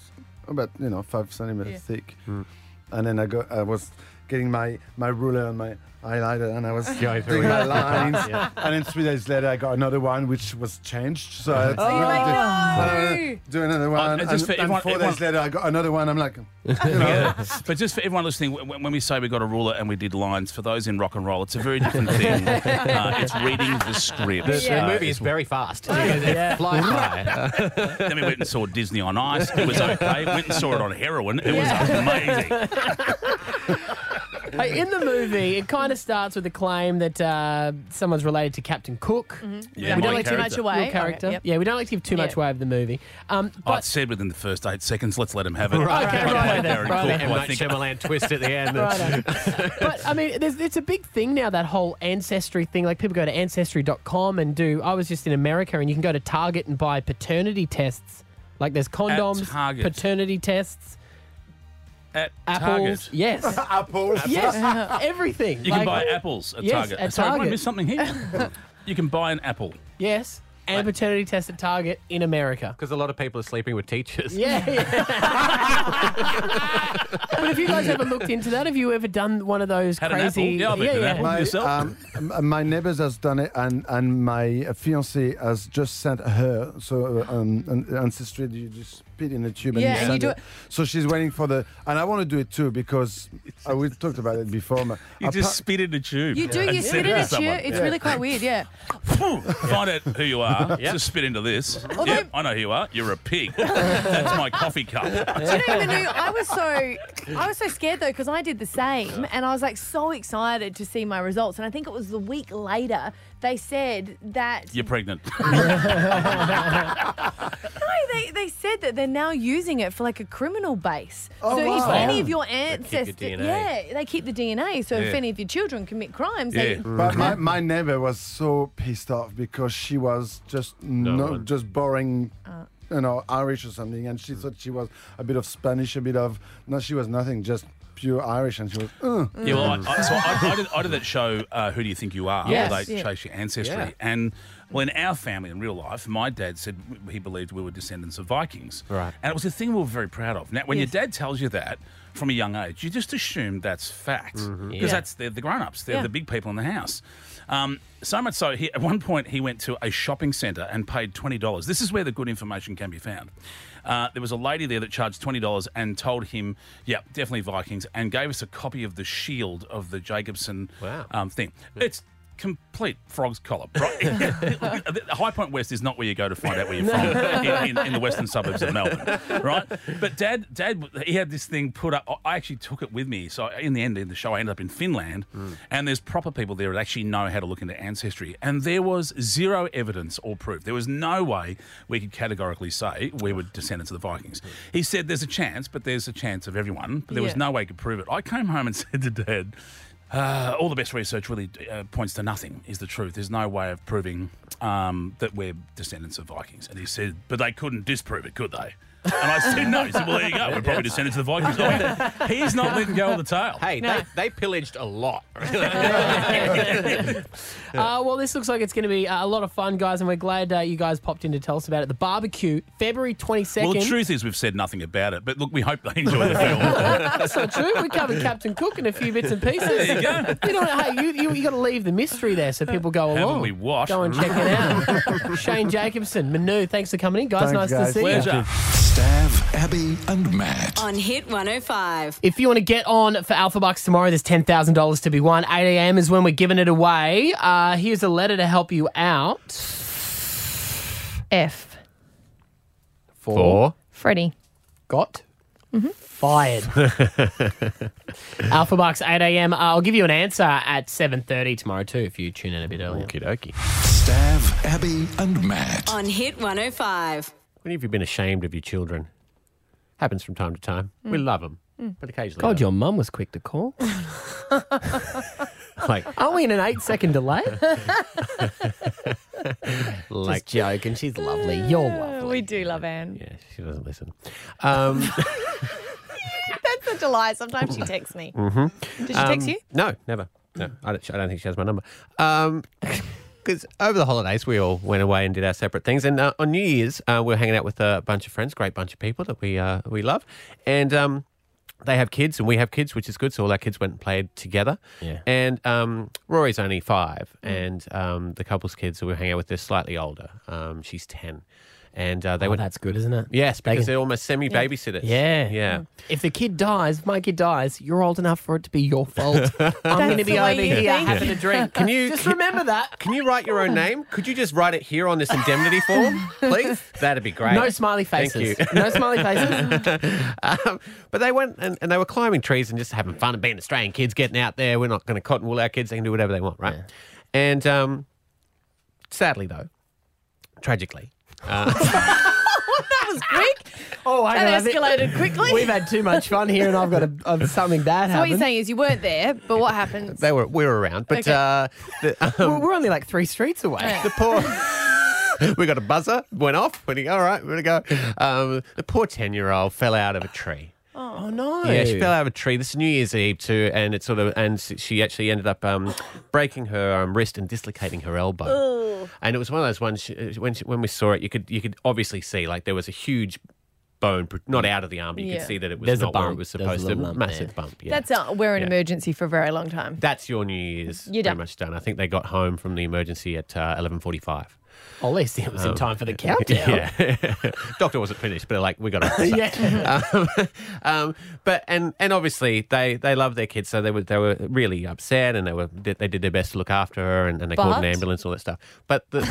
S14: about you know five centimeters
S15: Yeah.
S14: thick. And then I got I was getting my my ruler and my highlighter, and I was
S15: Going through
S14: doing my
S15: it.
S14: lines.
S15: Yeah.
S14: And then three days later, I got another one which was changed. So I had to
S15: Oh,
S14: do-
S15: you're like,
S14: do,
S15: "No."
S14: do another one.
S13: it's
S14: and,
S13: just for
S14: and
S13: everyone-
S14: four
S13: everyone-
S14: days later, I got another one. I'm like,
S13: Yeah. But just for everyone listening, when, when we say we got a ruler and we did lines, for those in rock and roll, it's a very different thing. uh, it's reading the script.
S4: The- the
S13: Uh,
S4: movie is
S13: it's-
S4: very fast. It flies by.
S13: then we went and saw Disney on Ice. It was okay. Went and saw it on heroin. It was amazing.
S1: Hey, in the movie, it kind of starts with a claim that uh, someone's related to Captain Cook.
S13: Yeah,
S1: we
S13: my
S1: don't like
S13: character.
S1: too much away.
S3: Okay,
S1: Your character.
S3: yep.
S1: Yeah, we don't like to give too much
S3: Yeah.
S1: away of the movie. Um,
S13: I said within the first eight seconds, let's let him have it.
S1: Right, okay,
S13: I played
S1: right,
S13: Darren
S1: right.
S13: Cook,
S1: M.
S13: who I
S4: Night
S13: think-
S4: Shyamalan twist at the end.
S1: but I mean, there's, it's a big thing now that whole ancestry thing. Like people go to ancestry.com and do. I was just in America, and you can go to Target and buy paternity tests. Like there's condoms,
S13: Target.
S1: paternity tests,
S13: At
S1: apples.
S13: Target.
S1: Yes,
S14: apples.
S1: Yes, everything.
S13: You can
S1: Like-
S13: buy apples at
S1: Yes,
S13: Target.
S1: at
S13: Sorry, have I
S1: Target.
S13: missed something here? you can buy an apple.
S1: Yes. and paternity test at Target in America.
S4: Because a lot of people are sleeping with teachers.
S1: Yeah. but have you guys ever looked into that? Have you ever done one of those
S14: Had an
S1: crazy?
S14: apple? Yeah, I've eaten an apple. My-
S1: yourself.
S14: um, m- my neighbors has done it, and, and my fiance has just sent her. So uh, um, an- ancestry, you just spit in a tube and
S3: Yeah,
S14: you
S3: and
S14: send
S3: you do
S14: it. So she's waiting for the, and I want to do it too because uh, we talked about it before. but
S13: You
S14: appa-
S13: just spit in a tube.
S3: You do.
S13: and
S3: You
S13: send
S3: spit
S13: it
S3: in
S13: to
S3: a tube.
S13: someone.
S3: It's
S13: Yeah.
S3: really quite weird. Yeah.
S13: Find out who you are.
S14: Yeah.
S13: Just spit into this.
S3: Although-
S13: Yep, I know who you are. You're a pig. That's my coffee cup.
S3: I even knew. I was so I was so scared though because I did the same, and I was like so excited to see my results. And I think it was the week later they said that
S13: You're pregnant.
S14: Mm.
S3: no, they, they said that they're now using it for like a criminal base.
S15: Oh,
S3: so
S15: wow.
S3: if any of your
S14: your
S3: ancestors,
S14: DNA.
S3: yeah, they keep the DNA. So
S14: Yeah.
S3: if any of your children commit crimes, they
S14: But my, my neighbor was so pissed off because she was just no,
S4: one.
S14: just boring, you know, Irish or something, and she thought she was a bit of Spanish, a bit of no, she was nothing, just pure Irish, and she was. "Ugh."
S13: Yeah, well, I, I, so I, I, did, I did that show, uh, Who Do You Think You Are?
S14: Yes.
S13: Where they
S14: Yeah.
S13: chase your ancestry.
S14: Yeah.
S13: And, well, in our family, in real life, my dad said w- he believed we were descendants of Vikings. Right. And it was a thing we were very proud of. Now, when
S10: Yes.
S13: your dad tells you that from a young age, you just assume that's fact because
S14: Mm-hmm.
S10: Yeah.
S13: that's they're the grown ups, they're
S10: Yeah.
S13: the big people in the house. Um, so much so, he, at one point, he went to a shopping centre and paid $20. This is where the good information can be found. Uh, there was a lady there that charged $20 and told him, yeah, definitely Vikings, and gave us a copy of the shield of the Jacobson um, thing. It's complete frog's collar. Right? High Point West is not where you go to find out where you're from in, in, in the western suburbs of Melbourne, right? But Dad, Dad, he had this thing put up. I actually took it with me. So in the end, in the show, I ended up in Finland, and there's proper people there that actually know how to look into ancestry. And there was zero evidence or proof. There was no way we could categorically say we were descendants of the Vikings. He said there's a chance, but there's a chance of everyone. But there was
S10: Yeah.
S13: no way he could prove it. I came home and said to Dad. Uh, all the best research really uh, points to nothing, is the truth. There's no way of proving um, that we're descendants of Vikings. And he said, but they couldn't disprove it, could they? And I said, no. He said, well, there you go. We're probably descendants of the Vikings. I went, He's not letting go of the tail.
S4: Hey, they, they pillaged a lot.
S1: Uh, well, this looks like it's going to be uh, a lot of fun, guys, and we're glad uh, you guys popped in to tell us about it. The barbecue, February twenty second.
S13: Well, the truth is, we've said nothing about it, but look, we hope they enjoy the film.
S1: That's not true. We covered Captain Cook and a few bits and pieces.
S13: There you go.
S1: You know, hey, you you, you got to leave the mystery there so people go
S13: Haven't
S1: along.
S13: we what?
S1: Go and check it out. Shane Jacobson, Manu, thanks for coming in, guys. nice to see you.
S5: Stav, Abby, and Matt.
S6: On Hit 105.
S1: If you want to get on for Alpha Bucks tomorrow, there's ten thousand dollars to be won. Eight a.m. is when we're giving it away. Uh, here's a letter to help you out.
S3: F.
S1: For
S3: Freddie.
S1: got fired. Alpha Bucks, eight a.m. Uh, I'll give you an answer at seven thirty tomorrow too if you tune in a bit earlier. Okie dokie.
S5: Stav, Abby, and Matt.
S6: On Hit 105.
S4: When have you been ashamed of your children? Happens from time to time. We
S1: Mm.
S4: love them,
S1: Mm.
S4: but occasionally.
S1: God, your mum was quick to call.
S4: Like,
S1: Aren't we in an eight-second delay? Just
S4: like
S1: joking. She's lovely. You're lovely.
S3: We do love Anne.
S4: She doesn't listen. Um,
S3: That's such a lie. Sometimes she texts me.
S4: mhm.
S3: Did she text you?
S4: No, never. No, I don't, I don't think she has my number. Because over the holidays, we all went away and did our separate things. And uh, on New Year's, uh, we were hanging out with a bunch of friends, great bunch of people that we uh, we love. And um, they have kids and we have kids, which is good. So all our kids went and played together.
S10: Yeah.
S4: And um, Rory's only five,
S1: Mm.
S4: and um, the couple's kids that we hang out with, they're slightly older. Um, she's 10. And uh, they
S1: Oh,
S4: went.
S1: that's good, isn't it?
S4: Yes,
S1: They
S4: because
S1: can-
S4: they're almost semi babysitters.
S1: Yeah.
S4: Yeah.
S1: If the kid dies, if my kid dies, you're old enough for it to be your fault. I'm going to
S4: That's
S1: be
S4: the way
S1: over
S4: you
S1: here
S4: think.
S1: having a drink.
S4: Can you-
S1: just
S4: can-
S1: remember that?
S4: Can you write your own name? Could you just write it here on this indemnity form, please? That'd be great.
S1: No smiley faces.
S4: Thank you.
S1: No smiley
S4: faces. um, but they went and, and they were climbing trees and just having fun and being Australian kids, getting out there. We're not going to cotton wool our kids. They can do whatever they want, right? And um, sadly, though, tragically, uh,
S3: that was quick.
S1: Oh, hang
S3: that
S1: on, I think-
S3: escalated quickly.
S1: We've had too much fun here, and I've got a, of something bad
S3: So what you're
S1: happened.
S3: saying is you weren't there, but what happened?
S4: they were we were around, but
S3: Okay.
S4: uh, the, um,
S1: We're only like three streets away.
S4: The poor. we got a buzzer, went off, went, all right, we're going to go. Um, the poor 10 year old fell out of a tree.
S1: Oh, no.
S4: Yeah, she fell out of a tree. This is New Year's Eve too, and it sort of and s- she actually ended up um, breaking her um, wrist and dislocating her elbow.
S1: Oh.
S4: And it was one of those ones she, uh, when she, when we saw it, you could you could obviously see like there was a huge bone, pro- not out of the arm, but you
S3: Yeah.
S4: could see that it was
S1: There's a
S4: not where it
S1: bump.
S4: was
S1: There's a
S4: supposed to.
S1: little bump there.
S4: massive bump. Yeah.
S3: That's uh, we're in
S4: Yeah.
S3: emergency for a very long time.
S4: That's your New Year's
S3: You're
S4: pretty
S3: done.
S4: much done. I think they got home from the emergency at uh, eleven forty-five. Um,
S1: At least it was in time for the countdown.
S4: Yeah, doctor wasn't finished, but like we got it.
S1: Yeah.
S4: um, um, but and and obviously they they love their kids, so they were they were really upset, and they were they they did their best to look after her, and, and they called an
S1: But-
S4: ambulance, all that stuff. But the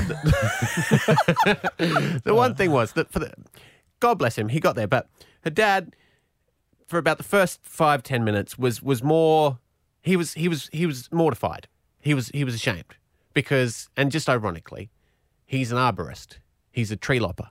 S4: the, the one thing was that for the God bless him, he got there, but her dad for about the first five ten minutes was was more he was he was he was mortified he was he was ashamed because and just ironically he's an arborist he's a tree lopper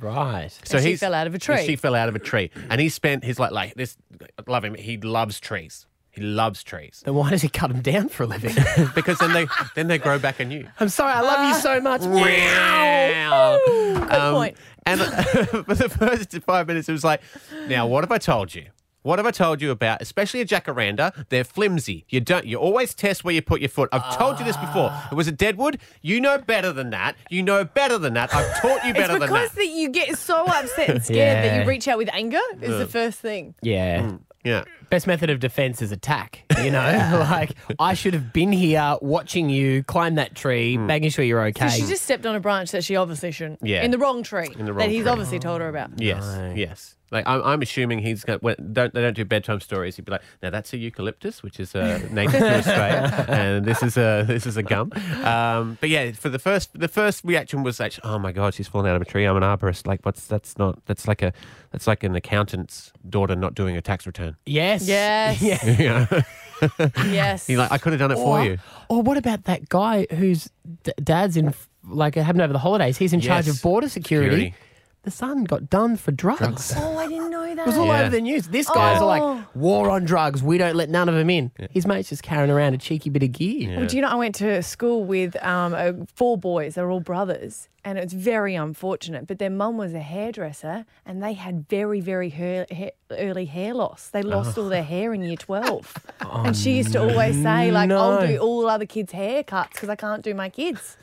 S1: right
S3: And she fell out of a tree.
S4: she fell out of a tree and he spent his like like this I love him he loves trees he loves trees
S1: Then why does he cut them down for a living?
S4: because then they then they grow back anew
S1: I'm sorry, I love you so much.
S4: Wow. Good
S1: point.
S4: And for the first five minutes, it was like, now what have I told you? What have I told you about? Especially a jacaranda, they're flimsy. You don't. You always test where you put your foot. I've told you this before. It was a deadwood. You know better than that. You know better than that. I've taught you better
S3: it's
S4: than
S3: because
S4: that.
S3: that. you get so upset and scared that
S1: Yeah.
S3: you reach out with anger is
S1: Yeah.
S3: the first thing.
S1: Mm. Yeah.
S4: Yeah.
S1: Best method of defense is attack. You know, like I should have been here watching you climb that tree, making sure you're okay.
S3: So she just stepped on a branch that she obviously shouldn't.
S4: Yeah.
S3: In the wrong tree.
S4: In
S3: that
S4: the wrong
S3: he's
S4: tree.
S3: obviously told her about.
S4: Yes. Yes. Like I'm, I'm assuming he's going. Well, don't they don't do bedtime stories? He'd be like, now that's a eucalyptus, which is uh, native to Australia, and this is a this is a gum. Um, but yeah, for the first the first reaction was actually, oh my god, she's fallen out of a tree. I'm an arborist. Like what's that's not that's like a that's like an accountant's daughter not doing a tax return.
S1: yes.
S3: Yes.
S4: Yeah.
S3: Yes.
S4: He's like, I could have done it for
S1: Or-
S4: you.
S1: Or what about that guy whose d- dad's in, like, happened over the holidays? He's in charge
S4: Yes.
S1: of border security.
S4: Security.
S1: The son got done for drugs.
S3: Oh, I didn't know that.
S1: It was all
S4: Yeah.
S1: over the news. This guy's
S3: Oh.
S1: like, war on drugs. We don't let none of them in. His mate's just carrying around a cheeky bit of gear.
S3: Well, Oh, do you know, I went to school with um, uh, four boys. They're all brothers, and it's very unfortunate. But their mum was a hairdresser, and they had very, very hair, hair, early hair loss. They lost
S1: Oh.
S3: all their hair in year 12. and she used to always say, like, I'll
S1: no.
S3: do all other kids' haircuts because I can't do my kids.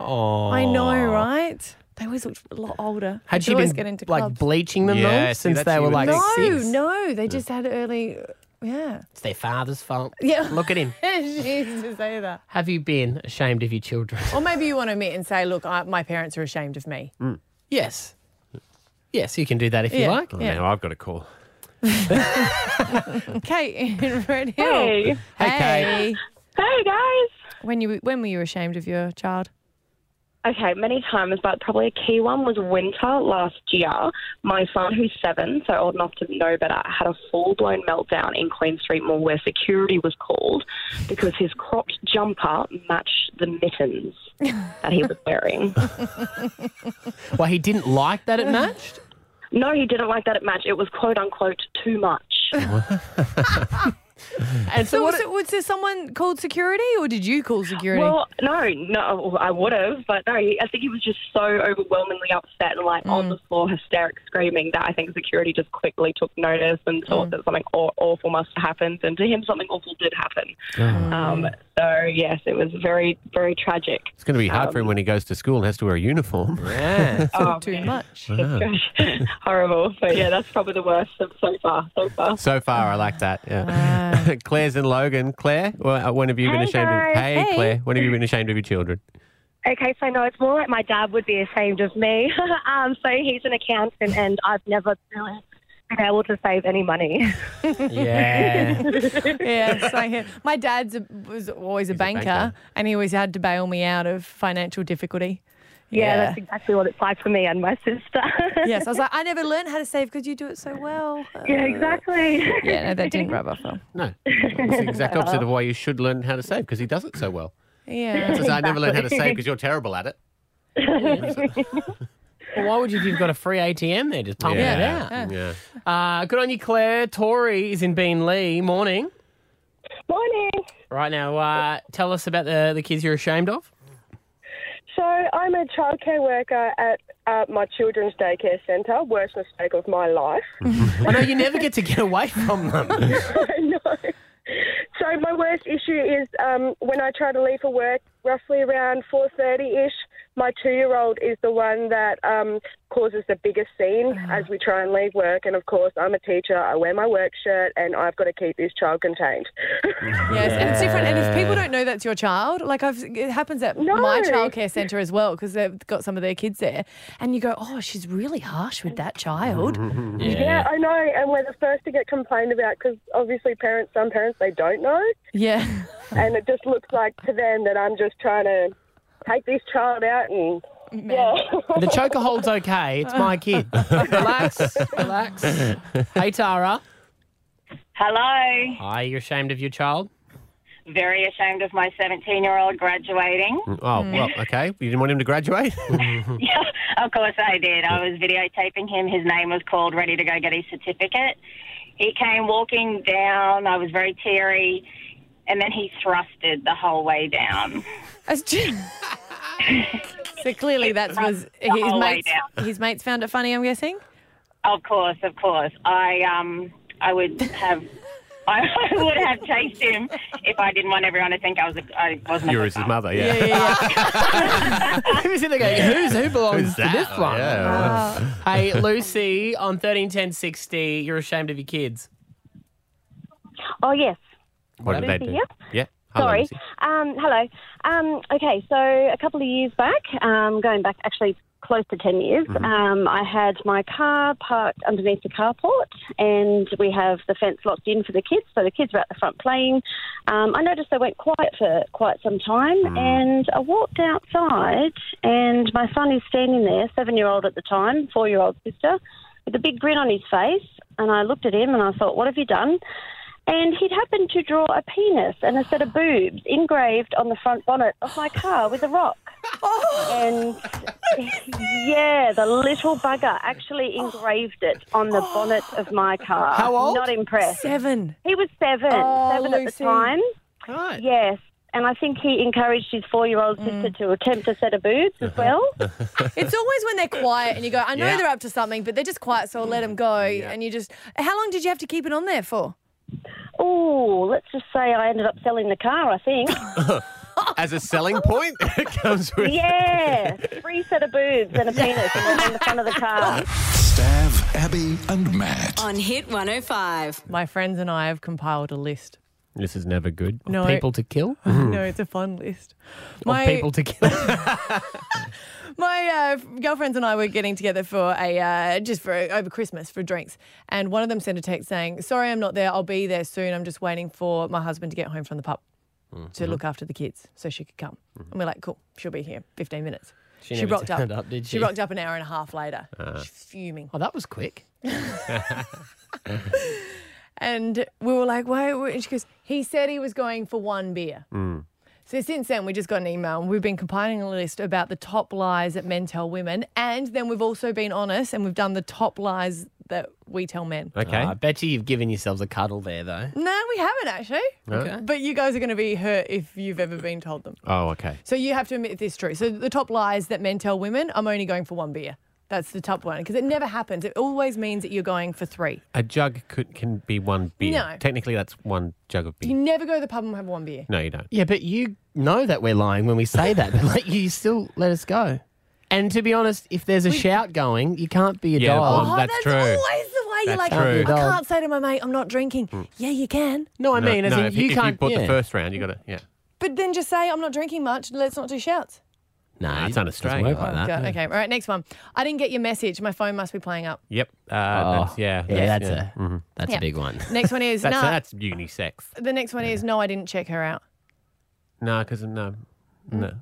S1: Oh.
S3: I know, right? They always looked a lot older.
S1: Had
S3: They'd
S1: she
S3: always
S1: been
S3: get into
S1: like
S3: clubs.
S1: bleaching them
S4: Yeah,
S1: though,
S4: see,
S1: since
S4: that's
S1: they were
S4: even
S1: like
S3: no,
S1: six?
S3: no, they just had early, yeah.
S1: It's their father's fault.
S3: Yeah.
S1: Look at him.
S3: she used to say that.
S1: Have you been ashamed of your children?
S3: Or maybe you want to admit and say, look, I, my parents are ashamed of me.
S4: Mm.
S1: Yes. Yes, you can do that if you
S3: Yeah,
S1: like.
S3: Oh, yeah. now
S4: I've got a call.
S3: Kate in Red Hill.
S15: Hey.
S3: Hey.
S15: Hey, guys.
S3: When you when were you ashamed of your child?
S15: Okay, many times, but probably a key one was winter last year. My son, who's seven, so old enough to know better, had a full blown meltdown in Queen Street Mall where security was called because his cropped jumper matched the mittens that he was wearing.
S1: Well, he didn't like that it matched.
S15: No, he didn't like that it matched. It was quote unquote too much.
S1: And
S3: so, was, it, was there someone called security, or did you call security?
S15: Well, no, no, I would have, but no, he- I think he was just so overwhelmingly upset and like
S3: Mm.
S15: on the floor, hysteric screaming that I think security just quickly took notice and
S3: Mm.
S15: thought that something aw- awful must have happened. And to him, something awful did happen.
S3: Oh.
S15: Um, so, yes, it was very, very tragic.
S4: It's going to be hard for him when he goes to school and has to wear a uniform.
S1: Um, Yeah.
S15: Oh,
S3: too much.
S15: Horrible. But yeah, that's probably the worst of so far. So far.
S4: So far, I like that. Yeah. Claire's and Logan. Claire, wh- when have you been
S12: Hey,
S4: ashamed?
S12: guys.
S4: Of, hey,
S12: Hey.
S4: Claire, when have you been ashamed of your children?
S12: Okay, so no, it's more like my dad would be ashamed of me. um, so he's an accountant, and I've never really been able to save any money.
S1: Yeah.
S3: yeah, so yeah. my dad's a, was always a banker,
S12: banker.
S3: and he always had to bail me out of financial difficulty.
S12: Yeah, that's exactly what it's like for me and my sister.
S3: yes, I was like, I never learned how to save because you do it so well.
S12: Yeah, exactly.
S3: Yeah, no, that didn't rub off. though.
S4: No, it's the exact opposite of why you should learn how to save because he does it so well.
S3: Yeah.
S4: It's just, I never learned how to save
S3: Exactly.
S4: because you're terrible at it.
S1: Well, why would you if you've got a free ATM there? Just pump it out.
S4: yeah.
S1: Uh, good on you, Claire. Tori is in Bean Lee. Morning.
S16: Morning.
S1: Right now, uh, tell us about the, the kids you're ashamed of.
S16: So I'm a childcare worker at at my children's daycare centre. Worst mistake of my life.
S1: I know you never get to get away from them.
S16: So my worst issue is um, when I try to leave for work, roughly around four thirty ish. My two-year-old is the one that um, causes the biggest scene as we try and leave work. And of course, I'm a teacher. I wear my work shirt, and I've got to keep this child contained.
S3: Yes, and it's different. And if people don't know that's your child, like I've, it happens at my childcare centre as well because they've got some of their kids there, and you go, oh, she's really harsh with that child.
S16: Yeah. I know, and we're the first to get complained about because obviously parents, some parents, they don't know,
S3: Yeah.
S16: and it just looks like to them that I'm just trying to take this child out and yeah.
S1: the chokerhold's okay. It's my kid. relax, relax. Hey, Tara.
S17: Hello.
S1: Are you ashamed of your child?
S17: Very ashamed of my 17 year old graduating.
S4: Oh,
S3: Mm.
S4: well, okay. You didn't want him to graduate?
S17: yeah, of course I did. I was videotaping him. His name was called Ready to Go Get His Certificate. He came walking down. I was very teary. And then he thrusted the whole way down.
S3: So clearly that was
S17: The
S3: his
S17: whole way
S3: mates. His mates found it funny. I'm guessing.
S17: Of course, of course. I um, I would have, I, would have chased him if I didn't want everyone to think I was, a, I wasn't.
S4: You
S17: a
S4: were his mother, yeah.
S1: He was in there going, who's, who belongs
S4: Who's
S1: to
S4: that?
S1: this one?
S4: Yeah.
S1: Hey, Lucy, on 131060, you're ashamed of your kids.
S18: Oh yes.
S4: What did they do?
S18: Yep.
S4: Yeah. Hello,
S18: Sorry.
S4: Lucy.
S18: Um, hello. Um, okay, so a couple of years back, um, going back actually close to 10 years,
S19: Mhm.
S18: um, I had my car parked underneath the carport and we have the fence locked in for the kids, so the kids were at the front playing. Um, I noticed they went quiet for quite some time and I walked outside and my son is standing there, seven-year-old at the time, four-year-old sister, with a big grin on his face and I looked at him and I thought, what have you done? And he'd happened to draw a penis and a set of boobs engraved on the front bonnet of my car with a rock.
S3: Oh.
S18: and yeah, the little bugger actually engraved it on the bonnet of my car.
S3: How old?
S18: Not impressed.
S3: Seven.
S18: He was seven.
S3: Oh,
S18: seven at
S3: Lucy.
S18: the time.
S1: Right.
S18: Yes. And I think he encouraged his four year old
S3: Mm.
S18: sister to attempt a set of boobs
S3: Uh-huh.
S18: as well.
S3: It's always when they're quiet and you go, I know
S18: Yeah.
S3: they're up to something, but they're just quiet, so I'll let them go. And you just, how long did you have to keep it on there for? Uh-huh.
S18: Oh, let's just say I ended up selling the car, I think.
S4: As a selling point, it comes with.
S18: yeah. Three set of boobs and a penis on the front of the car.
S5: Stav, Abby, and Matt.
S6: On Hit 105.
S3: My friends and I have compiled a list.
S4: This is never good.
S3: No.
S1: People to kill?
S3: no, it's a fun list.
S1: Of people to kill?
S3: My uh, girlfriends and I were getting together for a uh, just for over Christmas for drinks, and one of them sent a text saying, "Sorry, I'm not there. I'll be there soon. I'm just waiting for my husband to get home from the pub
S1: Mm-hmm.
S3: to look after the kids so she could come." And we're like, "Cool, she'll be here 15 minutes."
S1: She never
S3: rocked
S1: turned up, did she?
S3: rocked up an hour and a half later,
S1: Ah.
S3: She's fuming.
S1: Oh, that was quick.
S3: And we were like, "Why?" why-" And she goes, "He said he was going for one beer." So since then, we just got an email and we've been compiling a list about the top lies that men tell women. And then we've also been honest and we've done the top lies that we tell men.
S1: Okay. Uh, I bet you you've given yourselves a cuddle there, though.
S3: No, we haven't actually.
S1: Okay.
S3: But you guys are going to be hurt if you've ever been told them.
S4: Oh, okay.
S3: So you have to admit this is true. So the top lies that men tell women, I'm only going for one beer. That's the top one because it never happens. It always means that you're going for three.
S4: A jug could, can be one beer.
S3: No.
S4: Technically, that's one jug of beer.
S3: You never go to the pub and have one beer.
S4: No, you don't.
S1: Yeah, but you know that we're lying when we say that. But like, you still let us go. And to be honest, if there's a shout going, you can't be a
S4: Yeah,
S1: dog.
S4: well, that's Oh, that's true.
S3: Always the way you're
S1: That's
S3: like,
S1: true.
S3: I can't say to my mate, I'm not drinking. Yeah, you can.
S1: No, I
S4: Hmm. No,
S1: mean, as
S4: no,
S1: in
S4: if,
S1: you
S4: if
S1: can't.
S4: you bought
S1: yeah.
S4: the first round, you got to, yeah.
S3: But then just say, I'm not drinking much. Let's not do shouts.
S4: No, nah, it's
S1: doesn't
S4: unaustralian.
S1: work like
S3: Go- Okay, all right, next one. I didn't get your message. My phone must be playing up.
S4: Yep. Uh, that's, yeah.
S1: Oh.
S4: Mm-hmm.
S1: yeah, that's a-
S3: that's a Yeah. big one. Next one is,
S4: that's,
S3: nah.
S4: that's unisex.
S3: The next one is, no, I didn't check her out.
S4: No, because no,
S1: Hmm?
S4: no.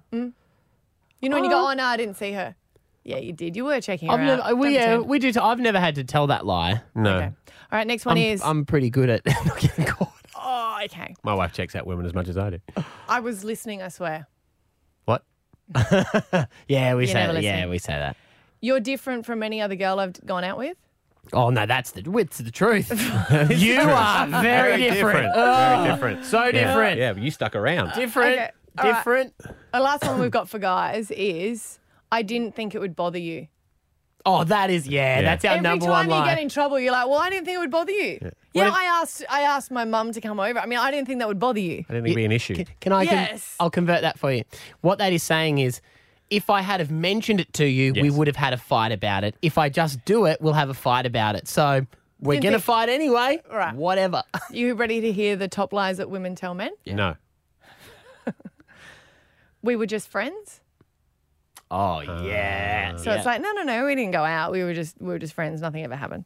S3: You know, when you go, oh, no, I didn't see her. Yeah, you did. You were checking her
S1: I've
S3: out.
S1: never,
S3: Don't
S1: we, yeah,
S3: pretend.
S1: we do. T- I've never had to tell that lie.
S4: No.
S3: All right, next one
S1: I'm,
S3: is,
S1: I'm pretty good at.
S3: oh, okay.
S4: My wife checks out women as much as I do.
S3: I was listening, I swear.
S1: yeah, we
S3: You're
S1: say.
S3: never
S1: That. Yeah,
S3: listening.
S1: we say that.
S3: You're different from any other girl I've gone out with.
S1: Oh no, that's the it's the truth. you
S4: Different.
S1: are very, different.
S4: Very
S1: Oh,
S4: different.
S1: So
S4: Yeah.
S1: different.
S4: Yeah, but you stuck around.
S1: Different.
S3: Okay, all right.
S1: Different.
S3: The last one we've got for guys is, I didn't think it would bother you.
S1: Oh, that is yeah.
S4: Yeah.
S1: That's our
S3: Every
S1: number
S3: time
S1: one
S3: you
S1: line.
S3: get in trouble, you're like, "Well, I didn't think it would bother you." Yeah, I asked. I asked my mum to come over. I mean, I didn't think that would bother you.
S1: I don't think it'd be an issue. Can, can I? con-
S3: Yes.
S1: I'll convert that for you. What that is saying is, if I had have mentioned it to you, we would have had a fight about it. If I just do it, we'll have a fight about it. So we're
S3: Didn't
S1: gonna
S3: think-
S1: fight anyway.
S3: All right.
S1: Whatever.
S3: You ready to hear the top lies that women tell men?
S1: No.
S3: We were just friends.
S1: Oh yeah.
S3: So it's like, no, no, no, we didn't go out. We were just we were just friends. Nothing ever happened.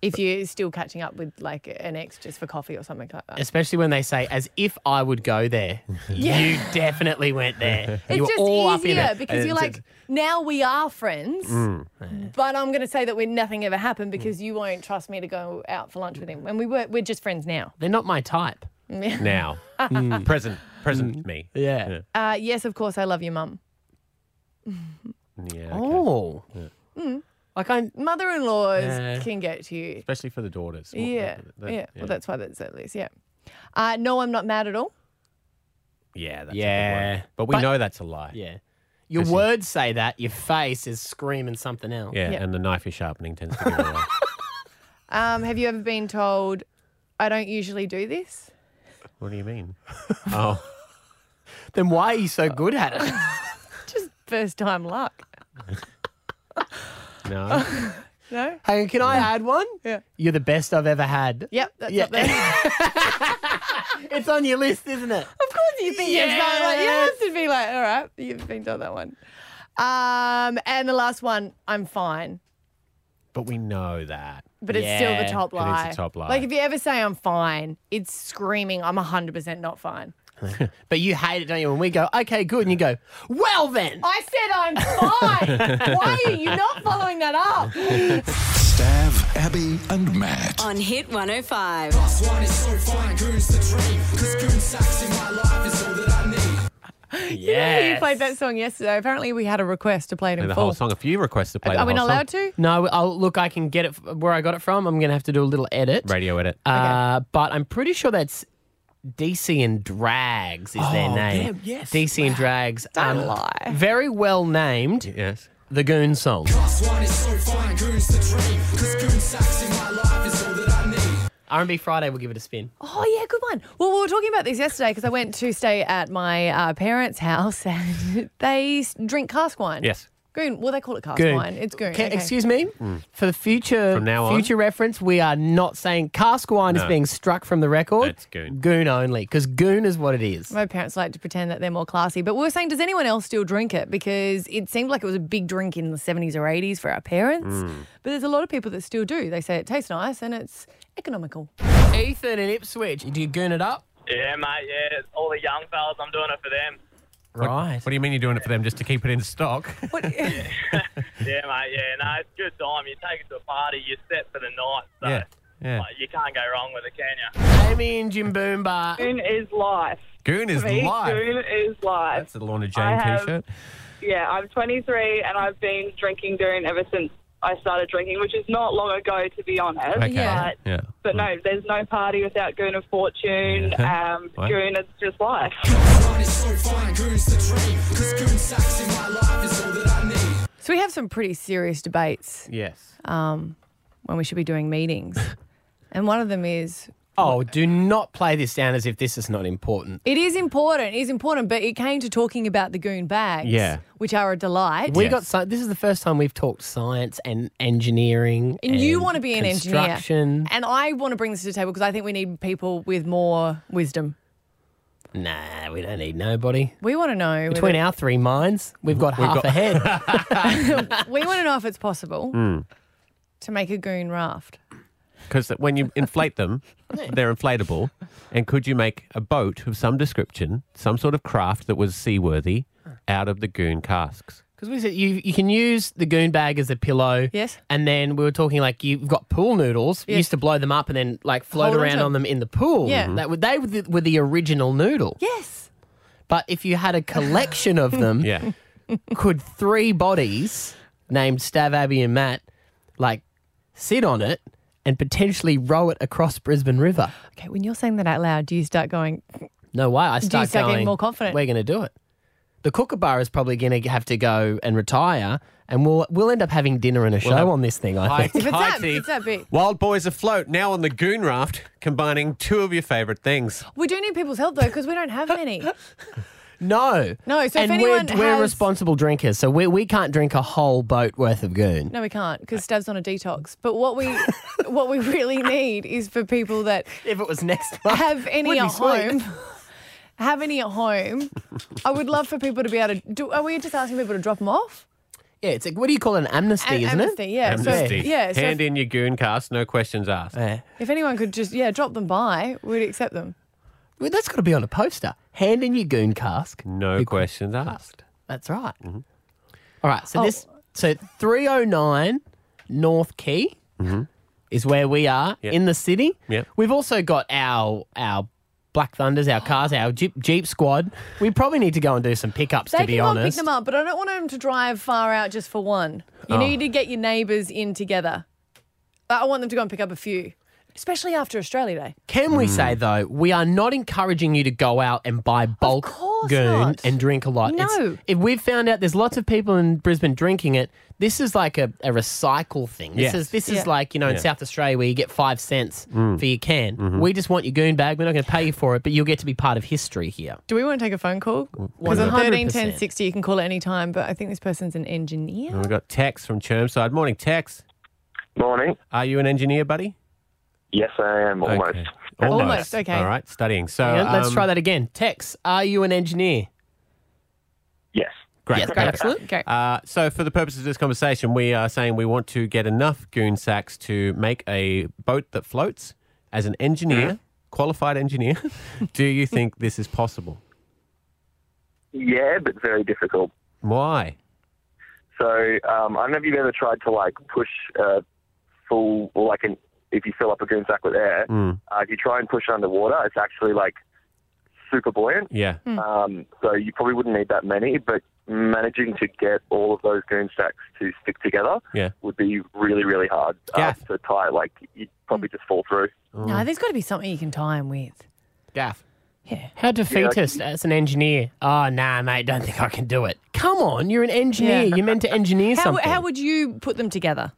S3: If you're still catching up with like an ex just for coffee or something like that.
S1: Especially when they say, as if I would go there. You definitely went there.
S3: It's
S1: you were
S3: just
S1: all up in
S3: easier
S1: it.
S3: because you're like, now we are friends,
S1: Mm.
S3: but I'm going to say that we nothing ever happened because you won't trust me to go out for lunch with him. And we were we're just friends now.
S1: They're not my type. Now.
S4: Mm. Present. Present me.
S1: Hmm. Yeah.
S3: Uh, yes, of course, I love your mum.
S4: Yeah.
S1: Oh.
S3: Mm.
S1: Like I
S3: mother-in-laws
S4: Yeah.
S3: can get to you.
S4: Especially for the daughters. Well,
S3: Yeah,
S4: that- that-
S3: yeah. Well, that's why that's at least yeah. Uh, no, I'm not mad at all.
S4: Yeah, that's a
S1: Yeah.
S4: good one. But we
S1: But-
S4: know that's a lie.
S1: Yeah. Your
S4: This is-
S1: words say that, your face is screaming something else.
S4: Yeah, and the knife you're sharpening tends to give it away.
S3: Um, have you ever been told I don't usually do this?
S4: what do you mean? oh.
S1: Then why are you so good at it?
S3: Just first time luck.
S1: no.
S3: No.
S1: Hey, can I add one?
S3: Yeah.
S1: You're the best I've ever had.
S3: Yep. That's
S1: Yeah.
S3: up there.
S1: it's on your list, isn't it?
S3: Of course you think it's that. Like, yes, it'd be like, all right, you've been told that one. Um, and the last one, I'm fine.
S4: But we know that.
S3: But it's still the top lie.
S4: It is the top lie.
S3: Like if you ever say I'm fine, it's screaming I'm 100% not fine.
S1: But you hate it, don't you? When we go, okay, good, and you go, well then.
S3: I said I'm fine. Why are you not following that up?
S5: Stav, Abby, and Matt.
S6: On Hit 105.
S3: Yeah, you
S1: Yes.
S3: played that song yesterday. Apparently, we had a request to play it in
S4: And the
S3: full.
S4: whole song. A few requests to play.
S3: Are
S4: the
S3: we
S4: whole
S3: not allowed
S4: song.
S3: to?
S1: No, I'll, look, I can get it f- where I got it from. I'm going to have to do a little edit.
S4: Radio edit.
S1: Uh, but I'm pretty sure that's DC and Drags is their
S4: Oh,
S1: name.
S4: damn, yes.
S1: DC and Drags.
S4: Don't
S1: lie. Very well named.
S4: Yes.
S1: The Goon Song. R&B Friday will give it a spin.
S3: Oh yeah, good one. Well, we were talking about this yesterday because I went to stay at my uh, parents' house and they s- drink cask wine.
S1: Yes.
S3: goon. Well, they call it cask
S1: Goon.
S3: wine. It's goon.
S1: Ca-
S3: okay.
S1: Excuse me. For the future
S4: Hmm. From now on?
S1: future reference, we are not saying cask wine is
S4: No.
S1: being struck from the record. It's
S4: goon.
S1: Goon only, because goon is what it is.
S3: My parents like to pretend that they're more classy, but we were saying, does anyone else still drink it? Because it seemed like it was a big drink in the 70s or 80s for our parents.
S4: Hmm.
S1: Mm.
S3: But there's a lot of people that still do. They say it tastes nice and it's economical.
S1: Ethan and Ipswich, do you goon it up?
S19: Yeah, mate. Yeah, all the young fellas, I'm doing it for them.
S1: Right.
S4: What do you mean you're doing it for them just to keep it in stock?
S19: Yeah, mate. Yeah, no, it's a good time. You take it to a party, you're set for the night. So,
S4: yeah. Yeah.
S19: like, you can't go wrong with it, can you?
S1: Amy and Jim Boomba.
S20: Goon is life.
S4: Goon is
S20: For me,
S4: live.
S20: Goon is life.
S4: That's the Lorna
S20: I
S4: Jane
S20: have-
S4: t-shirt.
S20: Yeah, I'm 23 and I've been drinking Goon ever since I started drinking, which is not long ago, to be honest.
S4: Okay.
S20: But,
S4: Yeah.
S20: but no, there's no party without Goon of Fortune.
S4: Yeah.
S20: Um,
S4: Wow.
S20: Goon is just life.
S3: So we have some pretty serious debates
S1: Yes.
S3: um, when we should be doing meetings. and one of them is
S1: Oh, do not play this down as if this is not important.
S3: it is important, it is important, but it came to talking about the goon bags,
S1: Yeah.
S3: which are a delight.
S1: We got sci- this is the first time we've talked science and engineering.
S3: And you want to be an engineer.
S1: construction.
S3: And I want to bring this to the table because I think we need people with more wisdom.
S1: Nah, we don't need nobody.
S3: We want to know.
S1: Between
S3: whether-
S1: our three minds, we've got
S4: We've
S1: half
S4: got-
S1: a head.
S3: we want to know if it's possible
S4: Mm.
S3: to make a goon raft.
S4: Because when you inflate them, they're inflatable. And could you make a boat of some description, some sort of craft that was seaworthy, out of the goon casks?
S1: Because we said you you can use the goon bag as a pillow.
S3: Yes.
S1: And then we were talking like you've got pool noodles. You
S3: Yes.
S1: used to blow them up and then like float
S3: Hold on to
S1: around on
S3: them.
S1: them in the pool. Mm-hmm.
S3: Yeah. Mhm.
S1: That were, they were the, were the original noodle.
S3: Yes.
S1: But if you had a collection of them,
S4: yeah.
S1: could three bodies named Stav, Abby, and Matt like sit on it and potentially row it across Brisbane River?
S3: Okay, when you're saying that out loud, do you start going,
S1: No way. I
S3: Do you
S1: start,
S3: start getting
S1: going,
S3: more confident?
S1: We're going to do it. The kookaburra is probably going to have to go and retire, and we'll we'll end up having dinner and a show
S4: have-
S1: on this thing. I
S4: Hi,
S1: think.
S3: If it's
S4: hi,
S3: that,
S4: T.
S3: it's that big.
S4: Wild Boys Afloat, now on the Goon Raft, combining two of your favourite things.
S3: We do need people's help though, because we don't have many.
S1: No,
S3: No, so if
S1: and
S3: anyone
S1: we're, we're
S3: has-
S1: responsible drinkers, so we we can't drink a whole boat worth of goon.
S3: No, we can't, because Stav's on a detox. But what we what we really need is for people that
S1: if it was next month,
S3: have any
S1: would be
S3: at
S1: sweet.
S3: home. Have any at home? I would love for people to be able to. Do, are we just asking people to drop them off?
S1: Yeah, it's like what do you call it, an amnesty,
S3: An
S1: isn't
S3: amnesty,
S1: it?
S3: yeah. So-
S4: Amnesty.
S3: yeah, so
S4: Hand
S3: if-
S4: in your Goon cast, no questions asked.
S3: If anyone could just yeah drop them by, we'd accept them.
S1: Well, that's got to be on a poster. Hand in your goon cask.
S4: No questions asked.
S1: That's right. All right. So
S4: Oh.
S1: this so 309 North Key
S4: Mm-hmm.
S1: is where we are in the city.
S4: Yep.
S1: We've also got our our Black Thunders, our cars, our Jeep, Jeep squad. We probably need to go and do some pickups
S3: They
S1: to
S3: can
S1: be
S3: go and pick
S1: honest.
S3: them up, but I don't want them to drive far out just for one. You
S1: Oh.
S3: need to get your neighbours in together. I want them to go and pick up a few, especially after Australia Day.
S1: Can
S4: Hmm.
S1: we say though, we are not encouraging you to go out and buy bulk goon
S3: not.
S1: and drink a lot. It's-
S3: No.
S1: if we've found out there's lots of people in Brisbane drinking it, this is like a, a recycle thing. This
S4: Yes.
S1: is this
S4: Yeah.
S1: is like, you know, in
S4: Yeah.
S1: South Australia where you get five cents
S4: Mm.
S1: for your can.
S4: Mhm.
S1: We just want your goon bag. We're not gonna pay you for it, but you'll get to be part of history here.
S3: Do we want to take a phone call? Because on 13 10 60, you can call at any time, but I think this person's an engineer.
S4: And we've got Tex from Chermside. Morning, Tex.
S21: Morning.
S4: Are you an engineer, buddy?
S21: Yes, I am almost.
S4: Almost.
S1: Almost, okay.
S4: All right, studying. So
S1: Yeah, let's
S4: um,
S1: try that again. Tex, are you an engineer?
S21: Yes.
S4: Great.
S1: Yes, great, excellent. Okay.
S4: Uh, so, for the purposes of this conversation, we are saying we want to get enough goon sacks to make a boat that floats. As an
S21: Mm-hmm.
S4: engineer, qualified engineer, do you think this is possible?
S21: Yeah, but very difficult.
S4: Why?
S21: So um, I don't know if you've ever tried to like push a full, or like an, if you fill up a goon sack with air,
S4: Mm.
S21: uh, if you try and push it underwater, it's actually like super buoyant.
S4: Yeah. Mm.
S21: Um, so you probably wouldn't need that many, but managing to get all of those goon sacks to stick together
S4: Yeah.
S21: would be really, really hard uh, to tie. Like you'd probably just fall through.
S4: Oh.
S3: No, there's got to be something you can tie them with.
S1: Gaff. Yeah. How defeatist as an engineer. Oh, nah, mate, don't think I can do it. Come on, you're an engineer.
S3: Yeah.
S1: You're meant to engineer
S3: How,
S1: something.
S3: how would you put them together?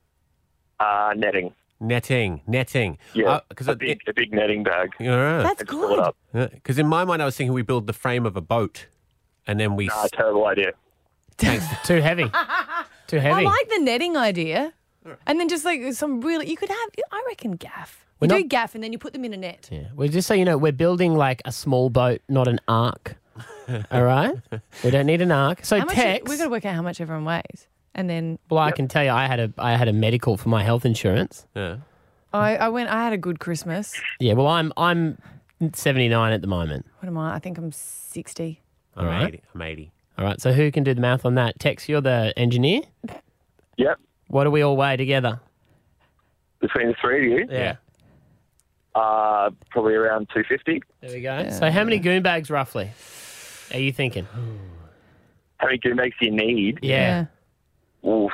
S21: Uh, netting.
S4: Netting, netting. Uh,
S21: Yeah,
S4: because
S21: a, big, a big netting bag.
S4: All right.
S21: That's And fill it good. up.
S4: Because in my mind, I was thinking we build the frame of a boat, and then we.
S21: Nah, terrible idea.
S1: Too heavy. Too
S3: I
S1: heavy.
S3: like the netting idea. And then just like some really, you could have, I reckon, gaff.
S1: We're
S3: You do
S1: not-
S3: gaff and then you put them in a net.
S1: yeah. Well, just so you know, we're building like a small boat, not an ark. All right? We don't need an ark. So,
S3: How much-
S1: Tex.
S3: We've got to work out how much everyone weighs. And then
S1: Well, I can tell you, I had a I had a medical for my health insurance.
S4: Yeah.
S3: I, I went, I had a good Christmas.
S1: Yeah. Well, I'm I'm 79 at the moment.
S3: What am I? I think I'm 60.
S1: All right.
S4: I'm 80. I'm 80.
S1: All right. So who can do the math on that? Tex, you're the engineer.
S21: Yep.
S1: What do we all weigh together?
S21: Between the three of you,
S1: Yeah.
S21: uh, probably around two fifty.
S1: There we go. So how many goon bags roughly are you thinking?
S21: How many goon bags do you need?
S1: Yeah.
S21: Oof.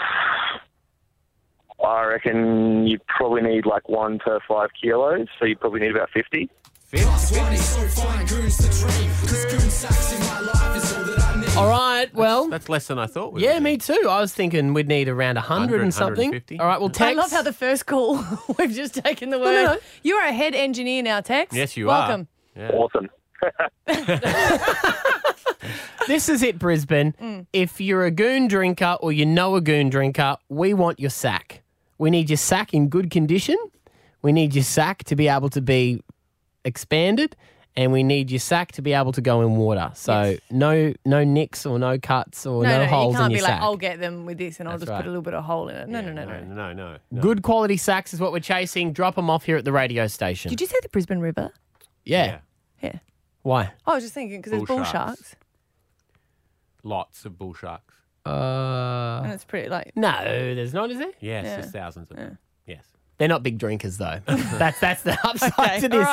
S21: I reckon you probably need like one per five kilos, so you probably need about fifty.
S1: All right. Well,
S4: that's less than I thought. We
S1: Yeah, me too. I was thinking we'd need around 100 and
S4: 100,
S1: something.
S4: 150.
S1: All right. Well,
S3: I
S1: Tex.
S3: love how the first call we've just taken the word. You are a head engineer now, Tex. Welcome.
S4: are.
S21: Awesome.
S1: This is it, Brisbane.
S3: Mm.
S1: If you're a goon drinker or you know a goon drinker, we want your sack. We need your sack in good condition. We need your sack to be able to be expanded, and we need your sack to be able to go in water. So no, no nicks or no cuts or no,
S3: no,
S1: holes
S3: you can't
S1: in
S3: be
S1: your
S3: like, "Oh."
S1: sack.
S3: I'll get them with this and I'll
S1: That's
S3: just
S1: right.
S3: put a little bit of hole in it. No, no, no, no.
S4: No, no.
S1: Good quality sacks is what we're chasing. Drop them off here at the radio station.
S3: Did you say the Brisbane River?
S1: Yeah.
S4: Yeah.
S3: Yeah.
S1: Why?
S3: I was just thinking because there's
S4: Bull
S3: bull
S4: sharks.
S3: sharks.
S4: Lots of bull sharks.
S1: Uh,
S3: and it's pretty like.
S1: No, there's not, is there?
S4: Yes, there's thousands of them. Yes.
S1: They're not big drinkers though. that's that's the upside to this.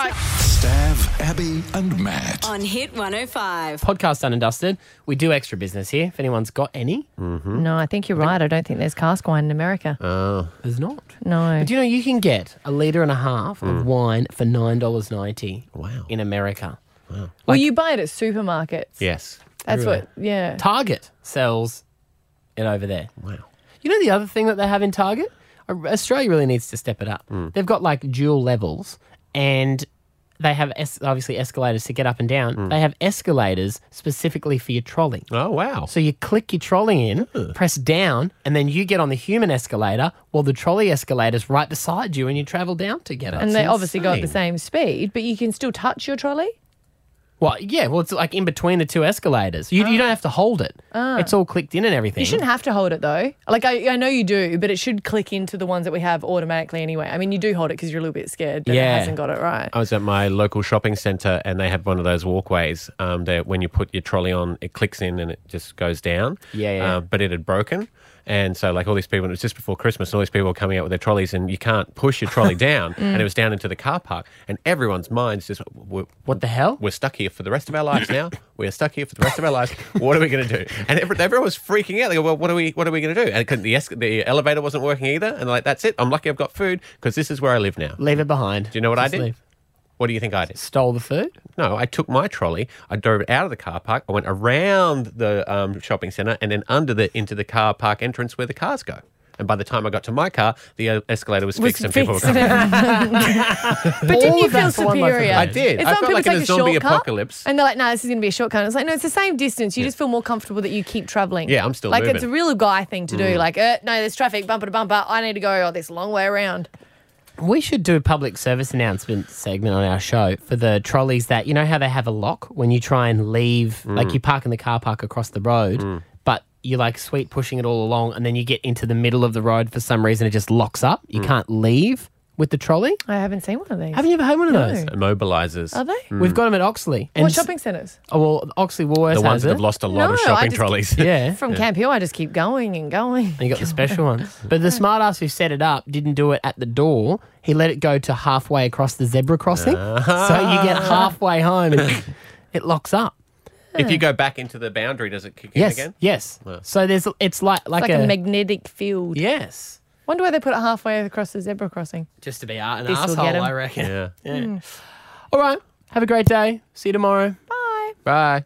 S5: Stav, Abby, and Matt.
S6: On Hit 105.
S1: Podcast done and dusted. We do extra business here. If anyone's got any,
S4: Hmm?
S1: mm-hmm.
S3: No, I think you're right. I don't think there's cask wine in America.
S1: Oh, there's not.
S3: No.
S1: But do you know you can get a liter and a half of wine for nine dollars ninety? Mm. Wow. In America. Wow.
S3: well, you buy it at supermarkets.
S1: Yes.
S3: That's what, yeah.
S1: Target sells it over there. Wow. You know the other thing that they have in Target? Uh, Australia really needs to step it up.
S4: Hmm.
S1: They've got like dual levels and they have es- obviously escalators to get up and down. They have escalators specifically for your trolley.
S4: Hmm. Oh, wow.
S1: So you click your trolley in, press down, and then you get on the human escalator while the trolley escalator's right beside you and you travel down together.
S3: and they obviously got the same speed, but you can still touch your trolley.
S1: Well, yeah, well, it's like in between the two escalators. You, you don't have to hold it.
S3: Ah.
S1: It's all clicked in and everything.
S3: You shouldn't have to hold it though. Like I, I know you do, but it should click into the ones that we have automatically anyway. I mean, you do hold it because you're a little bit scared that
S4: Yeah.
S3: it hasn't got it right.
S4: I was at my local shopping centre and they had one of those walkways um, that when you put your trolley on, it clicks in and it just goes down.
S1: Yeah, yeah.
S4: Uh, but it had broken. And so, like all these people, and it was just before Christmas, and all these people were coming out with their trolleys, and you can't push your trolley down. And it was down into the car park. And everyone's minds just, "W-
S1: what the hell?
S4: We're stuck here for the rest of our lives now. We're stuck here for the rest of our lives. What are we going to do? And every, everyone was freaking out. They go, well, what are we, what are we going to do? And it couldn't- the, esca- the elevator wasn't working either. And they're like, that's it. I'm lucky I've got food because this is where I live now.
S1: Leave it behind. Do
S4: you know what I
S1: Just
S4: did?
S1: leave.
S4: What do you think I did?
S1: Stole the food?
S4: No, I took my trolley. I drove out of the car park. I went around the um, shopping centre and then under the into the car park entrance where the cars go. And by the time I got to my car, the uh, escalator was, fixed and people were coming.
S3: but didn't
S1: All
S3: you
S1: of that
S3: feel
S1: for one loaf of
S3: superior?
S1: bread.
S4: I did.
S3: It's some
S4: I felt
S3: people
S4: like in
S3: take
S4: a zombie
S3: shortcut,
S4: apocalypse.
S3: And they're like, no, this is going to be a shortcut. It's like, no, it's the same distance. You just feel more comfortable that you keep traveling.
S4: Yeah, I'm still
S3: Like,
S4: moving.
S3: it's a real guy thing to do.
S4: Mm.
S3: Like, uh, no, there's traffic, bumper to bumper. I need to go oh, this long way around.
S1: We should do a public service announcement segment on our show for the trolleys that you know how they have a lock when you try and leave,
S4: Mm.
S1: like you park in the car park across the road, but you're like sweet pushing it all along, and then you get into the middle of the road for some reason it just locks up.
S4: Mm.
S1: You can't leave with the trolley.
S3: I haven't seen one of these.
S1: Haven't you ever had one of those?
S4: Immobilizers.
S3: Are they?
S1: We've got them at Oxley.
S3: What
S1: s-
S3: shopping centres?
S1: Oh, well, Oxley Woolworths
S4: Mm. The
S1: has
S4: ones that
S1: it.
S4: have lost a lot
S3: No, I
S4: of shopping
S3: just-
S4: trolleys.
S1: Yeah.
S3: From Camp Hill, I just keep going and going.
S1: And you got the special ones. But the smart ass who set it up didn't do it at the door. He let it go to halfway across the zebra crossing. So you get
S4: Ah.
S1: halfway home and it locks up.
S4: If you go back into the boundary, does it kick
S1: Yes.
S4: in again?
S1: Yes.
S4: Wow.
S1: So there's it's like like,
S3: It's like, a, magnetic field.
S1: Yes.
S3: Wonder why they put it halfway across the zebra crossing. Hmm.
S1: just to be out an
S3: This'll
S1: asshole,
S3: get 'em.
S1: I reckon.
S4: Yeah.
S1: All right. Have a great day. See you tomorrow.
S3: Bye.
S4: Bye.